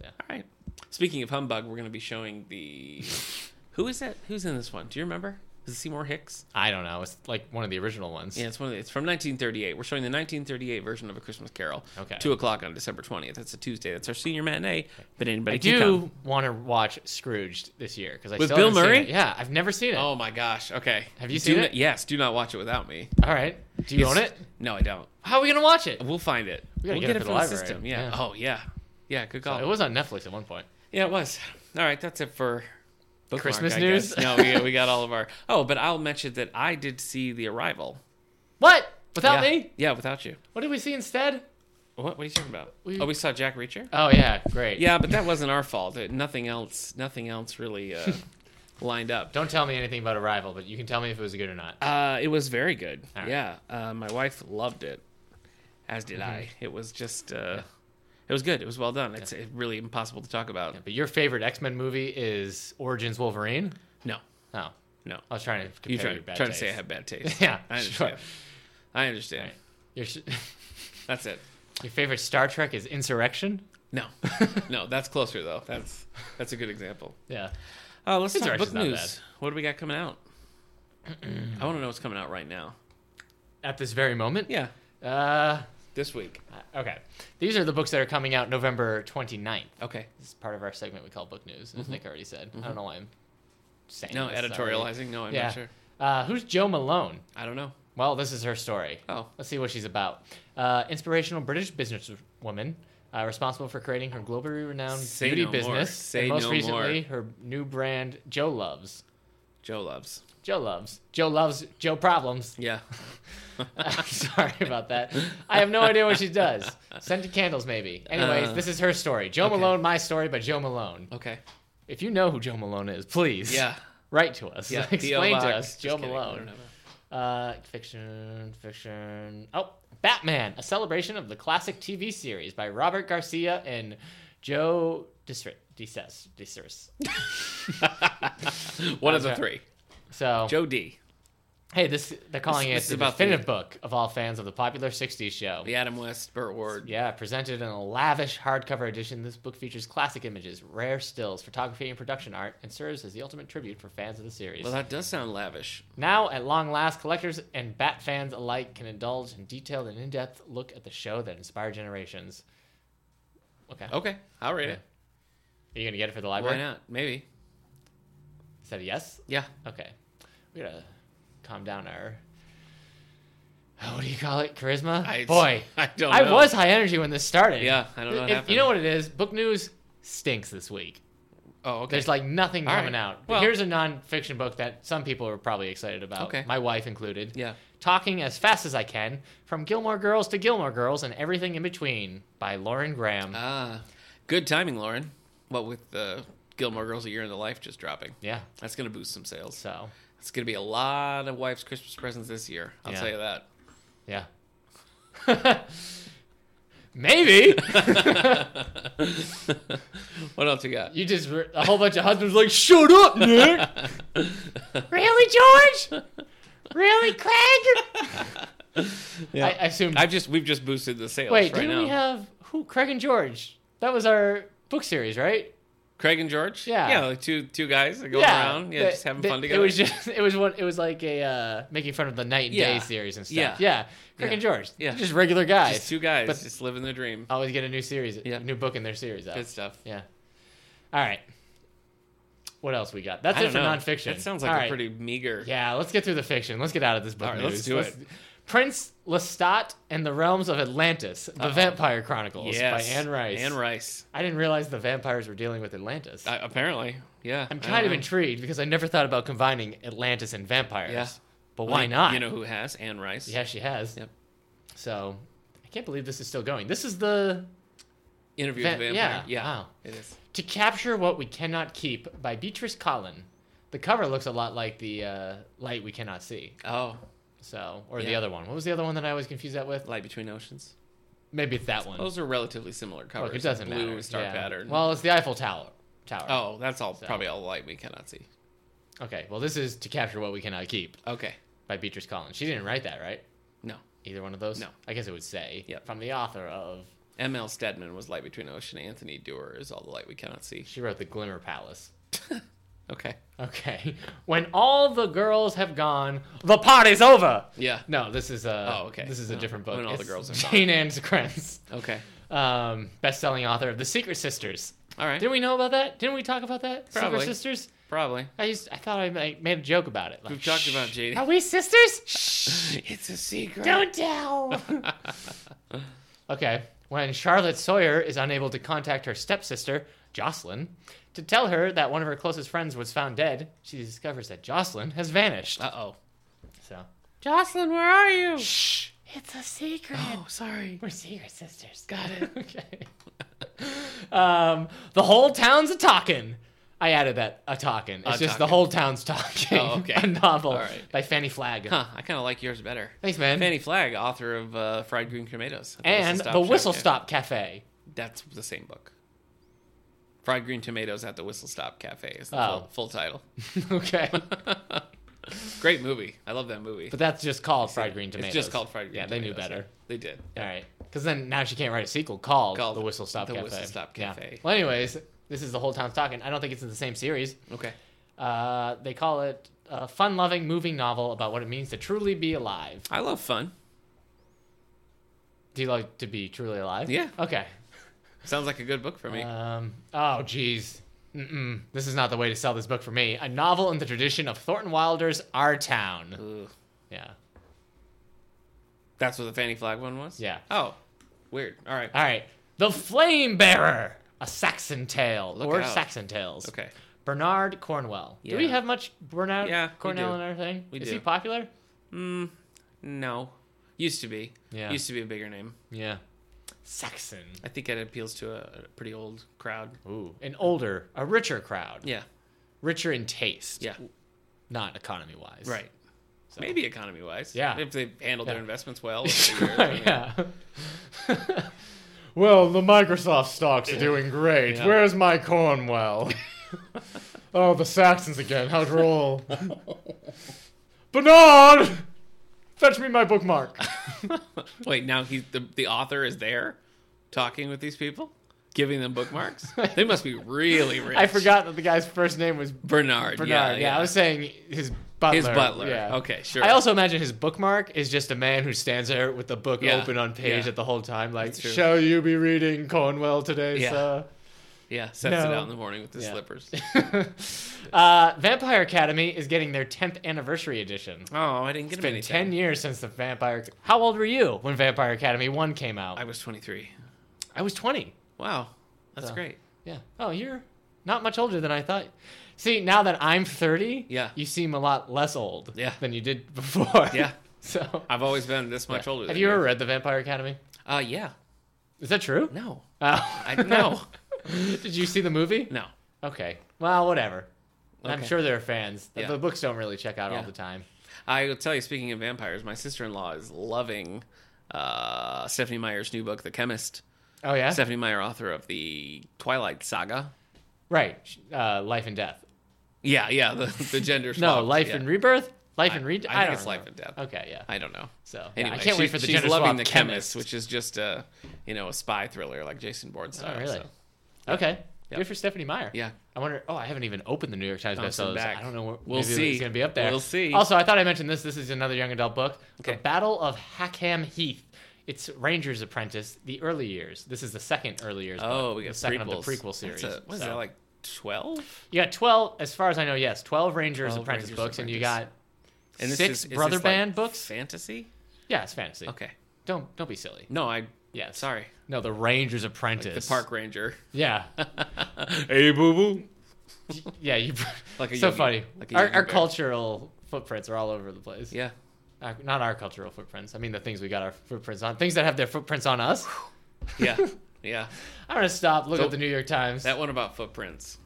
Speaker 1: Yeah.
Speaker 2: All right. Speaking of humbug, we're going to be showing the. Who is that? Who's in this one? Do you remember? Is it Seymour Hicks?
Speaker 1: I don't know. It's like one of the original ones.
Speaker 2: Yeah, it's one of the, it's from 1938. We're showing the 1938 version of A Christmas Carol.
Speaker 1: Okay.
Speaker 2: Two o'clock on December 20th. That's a Tuesday. That's our senior matinee. But anybody
Speaker 1: I
Speaker 2: can
Speaker 1: do
Speaker 2: come.
Speaker 1: want to watch Scrooged this year because I
Speaker 2: With
Speaker 1: still
Speaker 2: Bill
Speaker 1: haven't seen
Speaker 2: Murray?
Speaker 1: it. Yeah, I've never seen it.
Speaker 2: Oh my gosh. Okay.
Speaker 1: Have you
Speaker 2: Do
Speaker 1: seen
Speaker 2: not-
Speaker 1: it?
Speaker 2: yes. Do not watch it without me.
Speaker 1: All right. Do you own it?
Speaker 2: No, I don't.
Speaker 1: How are we gonna watch it?
Speaker 2: We'll find it.
Speaker 1: We
Speaker 2: will
Speaker 1: gotta
Speaker 2: get,
Speaker 1: get it for
Speaker 2: it
Speaker 1: the
Speaker 2: from the,
Speaker 1: library.
Speaker 2: system. Yeah.
Speaker 1: Yeah.
Speaker 2: Oh yeah. Yeah. Good call.
Speaker 1: It was on Netflix at one point.
Speaker 2: Yeah, it was. All right, that's it for bookmark,
Speaker 1: Christmas
Speaker 2: I
Speaker 1: news?
Speaker 2: guess. No, we, we got all of our. Oh, but I'll mention that I did see The Arrival.
Speaker 1: What? Without
Speaker 2: yeah.
Speaker 1: me?
Speaker 2: Yeah, without you.
Speaker 1: What did we see instead?
Speaker 2: What? What are you talking about?
Speaker 1: We-
Speaker 2: oh, we saw Jack Reacher.
Speaker 1: Oh yeah, great.
Speaker 2: Yeah, but that wasn't our fault. It- Nothing else. Nothing else really uh, lined up.
Speaker 1: Don't tell me anything about Arrival, but you can tell me if it was good or not.
Speaker 2: Uh, it was very good.
Speaker 1: All right. Mm-hmm.
Speaker 2: Yeah, uh, my wife loved it, as did I. It was just. Uh, It was good. It was well done. It's uh, really impossible to talk about.
Speaker 1: But your favorite X Men movie is Origins Wolverine.
Speaker 2: No,
Speaker 1: Oh,
Speaker 2: no.
Speaker 1: I was trying to compare
Speaker 2: You trying,
Speaker 1: your bad
Speaker 2: trying to say I
Speaker 1: taste.
Speaker 2: have bad taste?
Speaker 1: Yeah,
Speaker 2: I
Speaker 1: sure.
Speaker 2: understand. I understand.
Speaker 1: Right. Your, sh-
Speaker 2: That's it.
Speaker 1: your favorite Star Trek is Insurrection.
Speaker 2: No, no, that's closer though. That's that's a good example.
Speaker 1: Yeah.
Speaker 2: Uh, let's
Speaker 1: It's
Speaker 2: talk
Speaker 1: actually
Speaker 2: book
Speaker 1: not
Speaker 2: news. What do we got coming out? I want to know what's coming out right now.
Speaker 1: At this very moment.
Speaker 2: Yeah,
Speaker 1: Uh,
Speaker 2: this week.
Speaker 1: okay. These are the books that are coming out November 29th.
Speaker 2: Okay.
Speaker 1: This is part of our segment we call book news. I think I already said. I don't know why I'm saying.
Speaker 2: Mm-hmm. No
Speaker 1: this, sorry.
Speaker 2: editorializing. No, I'm
Speaker 1: Yeah.
Speaker 2: not sure.
Speaker 1: Uh, who's Joe Malone?
Speaker 2: I don't know.
Speaker 1: Well, this is her story.
Speaker 2: Oh.
Speaker 1: Let's see what she's about. Uh, inspirational British businesswoman uh, responsible for creating her globally renowned
Speaker 2: Say
Speaker 1: beauty
Speaker 2: no more.
Speaker 1: business.
Speaker 2: Say
Speaker 1: and most
Speaker 2: no
Speaker 1: recently,
Speaker 2: more.
Speaker 1: her new brand, Joe Loves.
Speaker 2: Joe loves.
Speaker 1: Joe Loves. Joe Loves Joe Problems.
Speaker 2: Yeah.
Speaker 1: I'm sorry about that. I have no idea what she does. Scented candles, maybe. Anyways,
Speaker 2: Uh,
Speaker 1: this is her story. Joe
Speaker 2: okay.
Speaker 1: Malone, my story, but Joe Malone.
Speaker 2: Okay.
Speaker 1: If you know who Joe Malone is, please
Speaker 2: Yeah.
Speaker 1: write to us.
Speaker 2: Yeah.
Speaker 1: Explain
Speaker 2: PO
Speaker 1: to
Speaker 2: Box.
Speaker 1: us
Speaker 2: Just
Speaker 1: Joe
Speaker 2: kidding. I
Speaker 1: Malone.
Speaker 2: don't have a-
Speaker 1: Uh, fiction, fiction. Oh, Batman: A Celebration of the Classic TV Series by Robert Garcia and Joe Disri- Disses Disses.
Speaker 2: One of the
Speaker 1: Okay.
Speaker 2: three.
Speaker 1: So,
Speaker 2: Joe D.
Speaker 1: hey, this they're calling
Speaker 2: This- this
Speaker 1: it
Speaker 2: is
Speaker 1: the
Speaker 2: about
Speaker 1: definitive
Speaker 2: the-
Speaker 1: book of all fans of the popular '60s show.
Speaker 2: The Adam West, Burt Ward.
Speaker 1: Yeah, presented in a lavish hardcover edition, this book features classic images, rare stills, photography, and production art, and serves as the ultimate tribute for fans of the series.
Speaker 2: Well, that does sound lavish.
Speaker 1: Now, at long last, collectors and Bat fans alike can indulge in detailed and in depth look at the show that inspired generations. Okay. Are
Speaker 2: Okay. I'll read it.
Speaker 1: you going to get it for the
Speaker 2: Oh. Why
Speaker 1: library?
Speaker 2: not? Maybe.
Speaker 1: Is that a yes?
Speaker 2: Yeah.
Speaker 1: Okay. We got to calm down our. What do you call it? Charisma?
Speaker 2: I-
Speaker 1: Boy,
Speaker 2: I don't
Speaker 1: I
Speaker 2: know.
Speaker 1: was high energy when this started.
Speaker 2: Yeah, I don't know what
Speaker 1: If-
Speaker 2: happened.
Speaker 1: you know what it is? Book news stinks this week.
Speaker 2: Oh, okay.
Speaker 1: There's like nothing
Speaker 2: All right.
Speaker 1: coming out.
Speaker 2: Well-
Speaker 1: Here's a nonfiction book that some people are probably excited about.
Speaker 2: Okay.
Speaker 1: My wife included.
Speaker 2: Yeah.
Speaker 1: Talking as fast as I can from Gilmore Girls to Gilmore Girls and everything in between by Lauren Graham.
Speaker 2: Ah, good timing, Lauren. What with uh, Gilmore Girls: A Year in the Life just dropping,
Speaker 1: yeah.
Speaker 2: that's gonna boost some sales.
Speaker 1: So
Speaker 2: It's gonna be a lot of wife's Christmas presents this year. I'll
Speaker 1: Yeah.
Speaker 2: tell you that.
Speaker 1: yeah. Maybe
Speaker 2: What else you got?
Speaker 1: you just were- a whole bunch of husbands like shut up, Nick. really, George? Really, Craig? I, I assumed.
Speaker 2: I've just we've just boosted the sales
Speaker 1: Wait,
Speaker 2: right
Speaker 1: didn't
Speaker 2: now.
Speaker 1: we have who? Craig and George. That was our book series, right?
Speaker 2: Craig and George.
Speaker 1: Yeah.
Speaker 2: yeah, like two two guys that go around, yeah,
Speaker 1: the-
Speaker 2: just having
Speaker 1: the-
Speaker 2: fun together.
Speaker 1: It was just it was one it was like a uh, making fun of the night and
Speaker 2: Yeah.
Speaker 1: day series and stuff. Yeah,
Speaker 2: Yeah.
Speaker 1: Craig
Speaker 2: Yeah.
Speaker 1: and George.
Speaker 2: Yeah.
Speaker 1: just regular guys.
Speaker 2: Just two guys
Speaker 1: but- Oh.
Speaker 2: just living their dream.
Speaker 1: Always get a new series,
Speaker 2: Yeah.
Speaker 1: a new book in their series. Out.
Speaker 2: Good stuff.
Speaker 1: Yeah. All right. What else we got? That's
Speaker 2: I
Speaker 1: it
Speaker 2: don't
Speaker 1: for
Speaker 2: know.
Speaker 1: nonfiction.
Speaker 2: That sounds like
Speaker 1: All
Speaker 2: a
Speaker 1: right.
Speaker 2: pretty meager.
Speaker 1: Yeah, let's get through the fiction. Let's get out of this book
Speaker 2: All right,
Speaker 1: news.
Speaker 2: let's do it.
Speaker 1: Prince Lestat and the Realms of Atlantis: The Vampire Chronicles
Speaker 2: Yes.
Speaker 1: by Anne Rice.
Speaker 2: Anne Rice.
Speaker 1: I didn't realize the vampires were dealing with Atlantis.
Speaker 2: Uh, apparently, yeah.
Speaker 1: I'm
Speaker 2: I
Speaker 1: kind
Speaker 2: don't
Speaker 1: of
Speaker 2: know.
Speaker 1: intrigued because I never thought about combining Atlantis and vampires.
Speaker 2: Yeah.
Speaker 1: But
Speaker 2: Well,
Speaker 1: why not?
Speaker 2: You know who has Anne Rice?
Speaker 1: Yeah, she has.
Speaker 2: Yep.
Speaker 1: So I can't believe this is still going. This is the
Speaker 2: Interview
Speaker 1: Va-
Speaker 2: with the
Speaker 1: yeah,
Speaker 2: vampire. Yeah,
Speaker 1: wow.
Speaker 2: it is.
Speaker 1: To Capture What We Cannot Keep by Beatrice Collin. The cover looks a lot like the uh, Light We Cannot See.
Speaker 2: Oh,
Speaker 1: So, or the
Speaker 2: Yeah.
Speaker 1: other one. What was the other one that I always confused that with?
Speaker 2: Light Between Oceans.
Speaker 1: Maybe it's that one.
Speaker 2: Those are relatively similar covers.
Speaker 1: Look, it doesn't
Speaker 2: Blue
Speaker 1: matter.
Speaker 2: star
Speaker 1: Yeah.
Speaker 2: pattern.
Speaker 1: Well, it's the Eiffel Tower. Tower.
Speaker 2: oh, that's all probably all light we cannot see.
Speaker 1: Okay. Well, this is To Capture What We Cannot Keep
Speaker 2: Okay,
Speaker 1: by Beatrice Collin. She didn't write that, right?
Speaker 2: no.
Speaker 1: Either one of those?
Speaker 2: No.
Speaker 1: I guess it would say
Speaker 2: Yep.
Speaker 1: from the author of
Speaker 2: M.L. Stedman was Light Between Ocean. Anthony Dewar is all the light we cannot see.
Speaker 1: She wrote The Glimmer Palace.
Speaker 2: Okay.
Speaker 1: Okay. When all the girls have gone, the party's over.
Speaker 2: Yeah.
Speaker 1: No, this is a
Speaker 2: Oh, okay.
Speaker 1: this is a
Speaker 2: No.
Speaker 1: different book.
Speaker 2: When all the
Speaker 1: It's
Speaker 2: girls have gone.
Speaker 1: Jane Ann Krenz,
Speaker 2: Okay.
Speaker 1: um, best-selling author of The Secret Sisters.
Speaker 2: All right.
Speaker 1: Didn't we know about that? Didn't we talk about that?
Speaker 2: Probably.
Speaker 1: Secret Sisters.
Speaker 2: Probably.
Speaker 1: I used I thought I ma- made a joke about it. Like,
Speaker 2: We've talked about
Speaker 1: "Shh,
Speaker 2: JD.
Speaker 1: Are we sisters? Shh,
Speaker 2: It's a secret.
Speaker 1: don't tell. okay. When Charlotte Sawyer is unable to contact her stepsister, Jocelyn, to tell her that one of her closest friends was found dead, she discovers that Jocelyn has vanished.
Speaker 2: Uh oh.
Speaker 1: So
Speaker 2: Jocelyn, where are you?
Speaker 1: Shh. It's a secret.
Speaker 2: Oh, sorry.
Speaker 1: We're secret sisters. Got it. okay. Um, the whole town's a talking. I added that a talking. It's
Speaker 2: A
Speaker 1: just the
Speaker 2: talking.
Speaker 1: whole town's talking.
Speaker 2: Oh, okay.
Speaker 1: a novel
Speaker 2: All right.
Speaker 1: by Fanny Flagg.
Speaker 2: Huh? I kind of like yours better.
Speaker 1: Thanks, man.
Speaker 2: Fanny Flagg, author of uh, Fried Green Tomatoes, I think it's
Speaker 1: and
Speaker 2: Stop
Speaker 1: the
Speaker 2: Shop
Speaker 1: Whistle
Speaker 2: Cafe.
Speaker 1: Stop Cafe
Speaker 2: That's the same book. Fried Green Tomatoes at the Whistle Stop Cafe is the
Speaker 1: Oh.
Speaker 2: full, full title.
Speaker 1: okay.
Speaker 2: Great movie. I love that movie.
Speaker 1: But that's just called Fried Green Tomatoes.
Speaker 2: It's just called Fried Green
Speaker 1: Yeah, they
Speaker 2: Tomatoes.
Speaker 1: knew better.
Speaker 2: They did.
Speaker 1: All right. Because then now she can't write a sequel called,
Speaker 2: Called
Speaker 1: The Whistle Stop
Speaker 2: The
Speaker 1: Cafe.
Speaker 2: Whistle Stop
Speaker 1: Yeah.
Speaker 2: Cafe.
Speaker 1: Well, anyways, this is the whole town's talking. I don't think it's in the same series.
Speaker 2: Okay.
Speaker 1: Uh, they call it a fun loving, moving novel about what it means to truly be alive.
Speaker 2: I love fun.
Speaker 1: Do you like to be truly alive?
Speaker 2: Yeah.
Speaker 1: Okay.
Speaker 2: Sounds like a good book for me.
Speaker 1: Um, oh, geez. Mm-mm. This is not the way to sell this book for me. A novel in the tradition of Thornton Wilder's Our Town.
Speaker 2: Ugh.
Speaker 1: Yeah.
Speaker 2: That's what the Fanny Flag one was?
Speaker 1: Yeah.
Speaker 2: Oh, weird. All right.
Speaker 1: All right. The Flame Bearer, a Saxon tale,
Speaker 2: Look
Speaker 1: or
Speaker 2: out.
Speaker 1: Saxon tales.
Speaker 2: Okay.
Speaker 1: Bernard Cornwell. Do we
Speaker 2: Yeah.
Speaker 1: have much Bernard
Speaker 2: Yeah, we
Speaker 1: Cornwell
Speaker 2: do.
Speaker 1: in our thing?
Speaker 2: We
Speaker 1: Is
Speaker 2: do.
Speaker 1: he popular?
Speaker 2: No. Used to be.
Speaker 1: Yeah.
Speaker 2: Used to be a bigger name.
Speaker 1: Yeah. Saxon.
Speaker 2: I think it appeals to a, a pretty old crowd.
Speaker 1: Ooh. An older, a richer crowd.
Speaker 2: Yeah.
Speaker 1: Richer in taste.
Speaker 2: Yeah.
Speaker 1: Not economy wise.
Speaker 2: Right. Maybe economy wise.
Speaker 1: Yeah.
Speaker 2: If they handled
Speaker 1: Yeah.
Speaker 2: their investments well. if they were- I mean,
Speaker 1: yeah. well, the Microsoft stocks are doing great.
Speaker 2: Yeah.
Speaker 1: Where's my Cornwell? oh, the Saxons again. How droll. Bernard! Fetch me my bookmark.
Speaker 2: Wait, now he's the, the author is there talking with these people, giving them bookmarks? they must be really rich.
Speaker 1: I forgot that the guy's first name was
Speaker 2: Bernard.
Speaker 1: Bernard.
Speaker 2: Yeah,
Speaker 1: Yeah, I was saying his butler.
Speaker 2: His butler.
Speaker 1: Yeah.
Speaker 2: Okay, sure.
Speaker 1: I also imagine his bookmark is just a man who stands there with the book
Speaker 2: Yeah.
Speaker 1: open on page
Speaker 2: Yeah.
Speaker 1: at the whole time, like,
Speaker 2: That's true.
Speaker 1: "Shall you be reading Cornwell today,
Speaker 2: Yeah.
Speaker 1: sir?"
Speaker 2: yeah, sets
Speaker 1: No.
Speaker 2: it out in the morning with the
Speaker 1: Yeah.
Speaker 2: slippers.
Speaker 1: Uh, Vampire Academy is getting their 10th anniversary edition.
Speaker 2: Oh, I didn't get
Speaker 1: It's
Speaker 2: him
Speaker 1: been
Speaker 2: anything.
Speaker 1: 10 years since the Vampire. How old were you when Vampire Academy 1 came out?
Speaker 2: I
Speaker 1: I,
Speaker 2: was 23.
Speaker 1: was 20.
Speaker 2: Wow, that's
Speaker 1: So.
Speaker 2: great.
Speaker 1: Yeah. Oh, you're not much older than I thought. See, now that I'm 30,
Speaker 2: Yeah.
Speaker 1: you seem a lot less old
Speaker 2: Yeah.
Speaker 1: than you did before.
Speaker 2: Yeah.
Speaker 1: so.
Speaker 2: I've always been this much
Speaker 1: Yeah.
Speaker 2: older.
Speaker 1: Have
Speaker 2: than
Speaker 1: you ever read The Vampire Academy?
Speaker 2: Uh, yeah.
Speaker 1: Is that true?
Speaker 2: No,
Speaker 1: Oh.
Speaker 2: I no,
Speaker 1: Did you see the movie?
Speaker 2: no.
Speaker 1: Okay. Well, whatever. I'm
Speaker 2: Okay.
Speaker 1: sure there are fans.
Speaker 2: Yeah.
Speaker 1: The books don't really check out all
Speaker 2: Yeah.
Speaker 1: the time.
Speaker 2: I will tell you. Speaking of vampires, my sister-in-law is loving uh, Stephanie Meyer's new book, The Chemist.
Speaker 1: Oh yeah.
Speaker 2: Stephanie Meyer, author of the Twilight Saga.
Speaker 1: right. Sh- Uh, life and death.
Speaker 2: Yeah, yeah. The, the gender.
Speaker 1: No,
Speaker 2: swapped,
Speaker 1: life
Speaker 2: yeah.
Speaker 1: and rebirth. Life
Speaker 2: I-
Speaker 1: and re.
Speaker 2: I think it's Life and Death.
Speaker 1: Okay. Yeah.
Speaker 2: I don't know.
Speaker 1: So yeah,
Speaker 2: Anyway,
Speaker 1: I can't
Speaker 2: she-
Speaker 1: wait for the
Speaker 2: she's
Speaker 1: gender
Speaker 2: loving
Speaker 1: swap
Speaker 2: the chemist, which is just a you know a spy thriller like Jason Bourne style.
Speaker 1: oh, really?
Speaker 2: so-
Speaker 1: Okay.
Speaker 2: Yeah.
Speaker 1: Good for Stephanie Meyer.
Speaker 2: Yeah.
Speaker 1: I wonder. Oh, I haven't even opened the New York Times
Speaker 2: Bouncing
Speaker 1: bestsellers.
Speaker 2: back.
Speaker 1: I don't know. Where,
Speaker 2: We'll
Speaker 1: maybe
Speaker 2: see.
Speaker 1: It's gonna be up there.
Speaker 2: We'll see.
Speaker 1: Also, I thought I mentioned this. This is another young adult book.
Speaker 2: Okay.
Speaker 1: The Battle of Hackham Heath. It's Ranger's Apprentice. The early years. This is the second early years.
Speaker 2: Oh,
Speaker 1: book,
Speaker 2: we
Speaker 1: the
Speaker 2: got
Speaker 1: second
Speaker 2: prequels.
Speaker 1: of the prequel series.
Speaker 2: That's a- what is
Speaker 1: So-
Speaker 2: that like? Twelve?
Speaker 1: You got twelve, as far as I know. Yes, twelve Ranger's
Speaker 2: 12
Speaker 1: Apprentice
Speaker 2: Ranger's
Speaker 1: books, and you got
Speaker 2: Apprentice. And this
Speaker 1: six
Speaker 2: is- is this
Speaker 1: Brother
Speaker 2: like
Speaker 1: Band books.
Speaker 2: Fantasy?
Speaker 1: Yeah, it's fantasy.
Speaker 2: Okay.
Speaker 1: Don't don't be silly.
Speaker 2: No, I.
Speaker 1: Yeah,
Speaker 2: Sorry.
Speaker 1: No, the Ranger's
Speaker 2: The
Speaker 1: Apprentice.
Speaker 2: park ranger.
Speaker 1: Yeah,
Speaker 2: Hey, boo boo.
Speaker 1: yeah. You.
Speaker 2: Like a
Speaker 1: so
Speaker 2: Yogi-
Speaker 1: funny.
Speaker 2: like a
Speaker 1: our
Speaker 2: Yogi
Speaker 1: our
Speaker 2: Bear.
Speaker 1: cultural footprints are all over the place.
Speaker 2: Yeah.
Speaker 1: Uh, not our cultural footprints. I mean the things we got our footprints on. Things that have their footprints on us.
Speaker 2: Yeah. yeah.
Speaker 1: I'm gonna stop. Look
Speaker 2: So-
Speaker 1: at the New York Times.
Speaker 2: That one about footprints.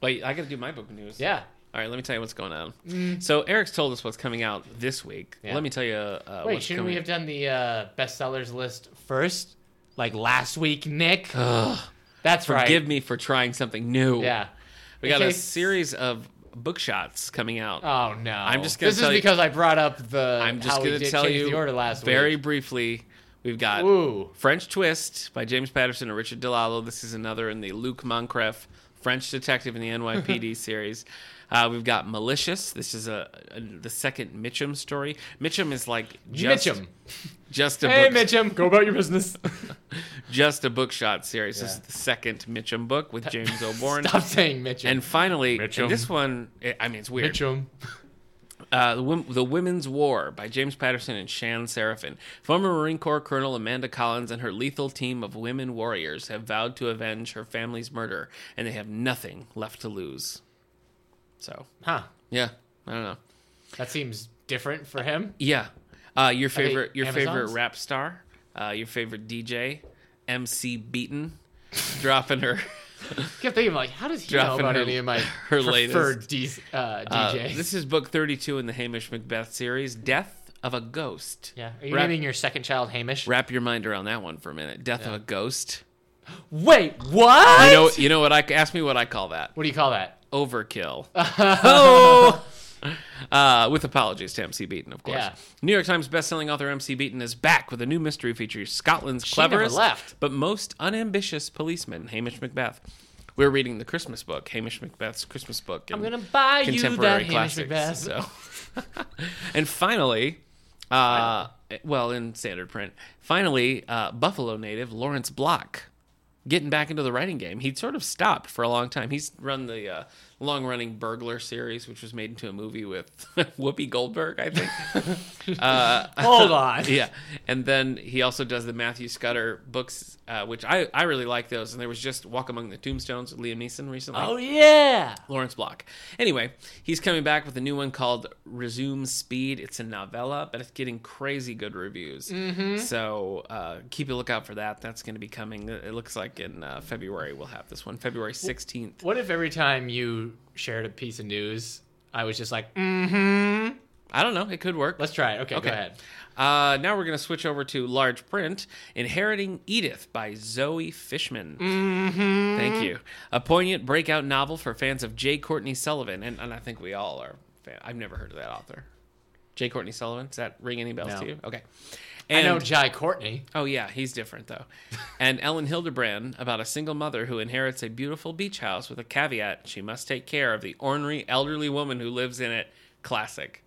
Speaker 2: Wait, I got to do my book news.
Speaker 1: yeah.
Speaker 2: All right, let me tell you what's going on. So Eric's told us what's coming out this week.
Speaker 1: Mm. Yeah.
Speaker 2: Let me tell you. Uh,
Speaker 1: Wait,
Speaker 2: what's
Speaker 1: shouldn't
Speaker 2: coming.
Speaker 1: we have done the uh, bestsellers list first? Like last week, Nick. That's
Speaker 2: Forgive
Speaker 1: right.
Speaker 2: me for trying something new.
Speaker 1: Yeah.
Speaker 2: We
Speaker 1: In
Speaker 2: got a
Speaker 1: case-
Speaker 2: series of book shots coming out.
Speaker 1: Oh no! I'm
Speaker 2: just gonna
Speaker 1: This
Speaker 2: tell
Speaker 1: is
Speaker 2: you-
Speaker 1: because I brought up the.
Speaker 2: I'm just
Speaker 1: how we
Speaker 2: going to
Speaker 1: did
Speaker 2: tell
Speaker 1: change
Speaker 2: you
Speaker 1: the order last
Speaker 2: very
Speaker 1: week.
Speaker 2: briefly. We've got
Speaker 1: Ooh.
Speaker 2: French Twist by James Patterson and Richard DeLalo. This is another in the Luke Moncrief French detective in the NYPD series. Uh, we've got Malicious. This is a, a the second Mitchum story. Mitchum is like just,
Speaker 1: Mitchum.
Speaker 2: just a
Speaker 1: Hey,
Speaker 2: book,
Speaker 1: Mitchum, go about your business.
Speaker 2: just a book shot series. This is
Speaker 1: Yeah.
Speaker 2: the second Mitchum book with James O'Born.
Speaker 1: Stop saying Mitchum.
Speaker 2: And finally, and
Speaker 1: Mitchum.
Speaker 2: this one, I- I mean, it's weird.
Speaker 1: Mitchum.
Speaker 2: Uh, the, Wom- the Women's War by James Patterson and Shan Serafin. Former Marine Corps Colonel Amanda Collins and her lethal team of women warriors have vowed to avenge her family's murder, and they have nothing left to lose. So,
Speaker 1: Huh.
Speaker 2: yeah, I don't know.
Speaker 1: That seems different for him.
Speaker 2: Yeah, uh, your favorite, your favorite
Speaker 1: Amazons?
Speaker 2: rap star, uh, your favorite DJ, MC Beaton, dropping her.
Speaker 1: kept thinking, like, how does he know
Speaker 2: Dropping
Speaker 1: about
Speaker 2: her-
Speaker 1: any of my
Speaker 2: her
Speaker 1: preferred
Speaker 2: latest.
Speaker 1: D- uh,
Speaker 2: Uh,
Speaker 1: DJs?
Speaker 2: this is book 32 in the Hamish Macbeth series, Death of a ghost.
Speaker 1: Yeah. Are you
Speaker 2: Wrap-
Speaker 1: naming your second child Hamish?
Speaker 2: Wrap your mind around that one for a minute. Death of a ghost.
Speaker 1: Wait, what?
Speaker 2: You know, you know what I ask me what I call that.
Speaker 1: what do you call that?
Speaker 2: Overkill. oh. Uh, with apologies to MC Beaton, of course.
Speaker 1: Yeah.
Speaker 2: New York Times bestselling author MC Beaton is back with a new mystery feature Scotland's
Speaker 1: never
Speaker 2: cleverest
Speaker 1: left.
Speaker 2: but most unambitious policeman, Hamish Macbeth. We're reading the Christmas book, Hamish Macbeth's Christmas book.
Speaker 1: I'm gonna buy you that Hamish Macbeth.
Speaker 2: So. and finally, uh, well, in standard print, finally, uh, Buffalo native Lawrence Block getting back into the writing game. He'd sort of stopped for a long time. He's run the uh, long running Burglar series, which was made into a movie with Whoopi Goldberg, I think.
Speaker 1: Hold on.
Speaker 2: yeah and then he also does the matthew scudder books uh, which I, I really like those and there was just walk among the tombstones with liam neeson recently
Speaker 1: Oh yeah.
Speaker 2: lawrence block anyway he's coming back with a new one called resume speed it's a novella but it's getting crazy good reviews so uh, keep a lookout for that that's going to be coming it looks like in uh, february we'll have this one february 16th
Speaker 1: What if every time you shared a piece of news, I was just like, mm-hmm.
Speaker 2: i don't know it could work
Speaker 1: Let's try it. Okay, go ahead.
Speaker 2: Uh, now we're going to switch over to large print. Inheriting Edith by Zoe Fishman.
Speaker 1: Mm-hmm.
Speaker 2: Thank you. A poignant breakout novel for fans of J. Courtney Sullivan. And, and I think we all are. Fan. I've never heard of that author. J. Courtney Sullivan? Does that ring any bells
Speaker 1: No.
Speaker 2: to you? Okay.
Speaker 1: I
Speaker 2: And,
Speaker 1: know Jai Courtney.
Speaker 2: Oh, yeah, he's different, though. and Ellen Hildebrand about a single mother who inherits a beautiful beach house with a caveat she must take care of the ornery elderly woman who lives in it. Classic.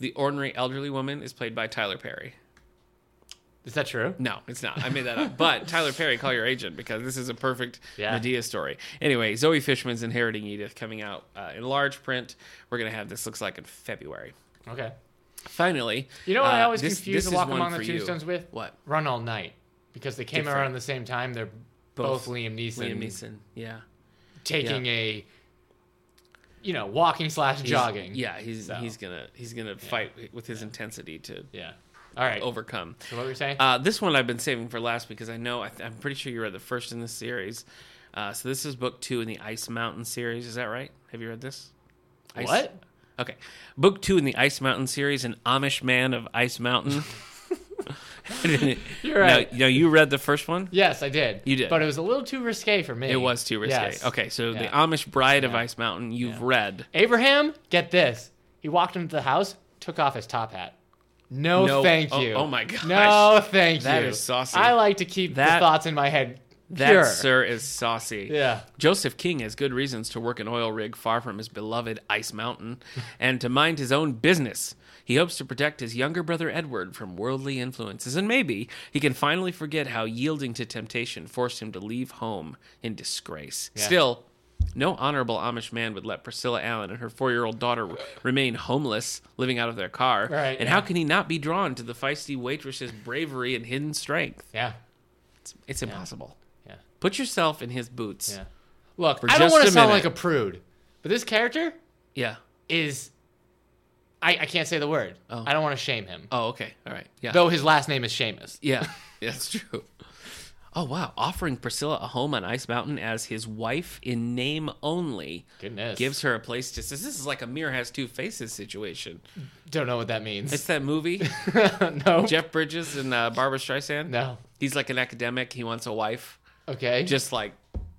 Speaker 2: The ornery elderly woman is played by Tyler Perry.
Speaker 1: Is that true?
Speaker 2: No, it's not. I made that up. But Tyler Perry, call your agent because this is a perfect
Speaker 1: Yeah.
Speaker 2: Medea story. Anyway, Zoe Fishman's Inheriting Edith coming out uh, in large print. We're going to have this, looks like, in February.
Speaker 1: Okay.
Speaker 2: Finally.
Speaker 1: You know what I
Speaker 2: uh,
Speaker 1: always
Speaker 2: this-
Speaker 1: confuse
Speaker 2: this
Speaker 1: the
Speaker 2: is
Speaker 1: Walk
Speaker 2: one
Speaker 1: Among
Speaker 2: for
Speaker 1: the
Speaker 2: you.
Speaker 1: Tombstones with?
Speaker 2: What?
Speaker 1: Run All Night. Because they came out
Speaker 2: Different.
Speaker 1: around the same time. They're both,
Speaker 2: Both
Speaker 1: Liam, Neeson
Speaker 2: Liam Neeson. Yeah.
Speaker 1: taking a, you know, walking slash
Speaker 2: He's-
Speaker 1: jogging.
Speaker 2: Yeah, he's
Speaker 1: So.
Speaker 2: he's going to he's going to fight with his intensity to
Speaker 1: Yeah. All right.
Speaker 2: overcome.
Speaker 1: So what were you saying?
Speaker 2: Uh, this one I've been saving for last because I know I th- I'm pretty sure you read the first in this series. Uh, so this is book two in the Ice Mountain series. Is that right? Have you read this? Ice-
Speaker 1: What?
Speaker 2: Okay, book two in the Ice Mountain series, an Amish man of Ice Mountain.
Speaker 1: You're right.
Speaker 2: Now, now you read the first one.
Speaker 1: yes, I did.
Speaker 2: You did.
Speaker 1: But it was a little too risque for me.
Speaker 2: It was too risque.
Speaker 1: Yes.
Speaker 2: Okay, so the
Speaker 1: Yeah.
Speaker 2: Amish Bride of Ice Mountain you've read.
Speaker 1: Abraham, get this. He walked into the house, took off his top hat. No,
Speaker 2: No-
Speaker 1: thank
Speaker 2: oh-
Speaker 1: you.
Speaker 2: oh my gosh.
Speaker 1: No, thank
Speaker 2: That
Speaker 1: you.
Speaker 2: is saucy.
Speaker 1: I like to keep
Speaker 2: That-
Speaker 1: the thoughts in my head
Speaker 2: That
Speaker 1: pure.
Speaker 2: sir is saucy.
Speaker 1: Yeah.
Speaker 2: Joseph King has good reasons to work an oil rig far from his beloved Ice Mountain and to mind his own business. He hopes to protect his younger brother Edward from worldly influences, and maybe he can finally forget how yielding to temptation forced him to leave home in disgrace. Still, no honorable Amish man would let Priscilla Allen and her four year old daughter remain homeless, living out of their car.
Speaker 1: Right, yeah.
Speaker 2: and how can he not be drawn to the feisty waitress's bravery and hidden strength?
Speaker 1: Yeah.
Speaker 2: It's, it's impossible.
Speaker 1: Yeah.
Speaker 2: Put yourself in his boots.
Speaker 1: Yeah. Look,
Speaker 2: For
Speaker 1: I don't
Speaker 2: just
Speaker 1: want to
Speaker 2: a
Speaker 1: sound
Speaker 2: minute.
Speaker 1: like a prude, but this character
Speaker 2: Yeah.
Speaker 1: is. I, I can't say the word. I don't want to shame him.
Speaker 2: Oh, okay. All right. Yeah.
Speaker 1: Though his last name is Seamus.
Speaker 2: yeah. Yeah, That's true. Oh, wow. Offering Priscilla a home on Ice Mountain as his wife in name only
Speaker 1: Goodness.
Speaker 2: gives her a place to. This is like a mirror has two faces situation.
Speaker 1: Don't know what that means.
Speaker 2: It's that movie,
Speaker 1: no.
Speaker 2: Jeff Bridges and uh, Barbara Streisand.
Speaker 1: No.
Speaker 2: He's like an academic. He wants a wife,
Speaker 1: Okay.
Speaker 2: just like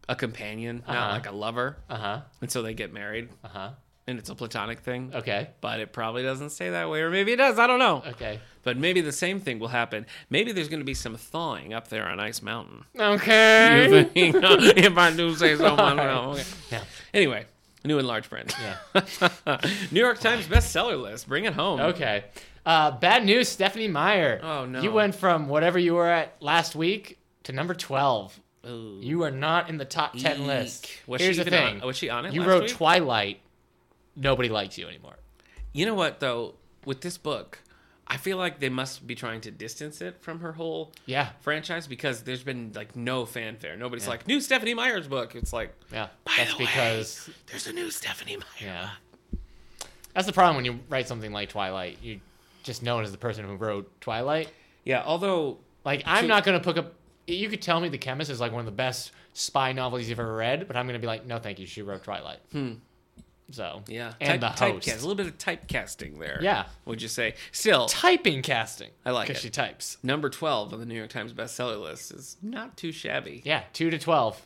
Speaker 2: a companion, not
Speaker 1: Uh-huh.
Speaker 2: like a lover.
Speaker 1: Uh huh.
Speaker 2: And so they get married,
Speaker 1: Uh huh.
Speaker 2: and it's a platonic thing.
Speaker 1: Okay.
Speaker 2: But it probably doesn't stay that way, or maybe it does. I don't know.
Speaker 1: Okay.
Speaker 2: But maybe the same thing will happen. Maybe there's going to be some thawing up there on Ice Mountain.
Speaker 1: Okay.
Speaker 2: if I do say
Speaker 1: All
Speaker 2: so myself. Okay.
Speaker 1: Yeah.
Speaker 2: Anyway, new and large print.
Speaker 1: Yeah.
Speaker 2: new York Times bestseller list. Bring it home.
Speaker 1: Okay. Uh, bad news, Stephanie Meyer.
Speaker 2: Oh, no.
Speaker 1: You went from whatever you were at last week to number twelve.
Speaker 2: Ooh.
Speaker 1: You are not in the top ten
Speaker 2: Eek.
Speaker 1: list.
Speaker 2: Was
Speaker 1: Here's
Speaker 2: she
Speaker 1: the
Speaker 2: even
Speaker 1: thing.
Speaker 2: on- was she on it
Speaker 1: You
Speaker 2: last
Speaker 1: wrote
Speaker 2: week?
Speaker 1: Twilight. Nobody likes you anymore.
Speaker 2: You know what though? With this book, I feel like they must be trying to distance it from her whole
Speaker 1: Yeah.
Speaker 2: franchise because there's been like no fanfare. Nobody's like new Stephanie Meyer's book. It's like
Speaker 1: Yeah.
Speaker 2: By
Speaker 1: That's
Speaker 2: the way.
Speaker 1: because
Speaker 2: there's a new Stephanie Meyer.
Speaker 1: yeah. That's the problem when you write something like Twilight. You're just known as the person who wrote Twilight.
Speaker 2: Yeah. Although
Speaker 1: Like I'm not gonna pick up. You could tell me The Chemist is like one of the best spy novels you've ever read, but I'm gonna be like, no, thank you. She wrote Twilight. So
Speaker 2: Hmm. Yeah.
Speaker 1: and
Speaker 2: Type-
Speaker 1: the
Speaker 2: typecast.
Speaker 1: host.
Speaker 2: A little bit of typecasting there.
Speaker 1: Yeah.
Speaker 2: Would you say? Still,
Speaker 1: Typing casting.
Speaker 2: I like it.
Speaker 1: because she types.
Speaker 2: number 12 on the New York Times bestseller list is not too shabby.
Speaker 1: Yeah, two to twelve.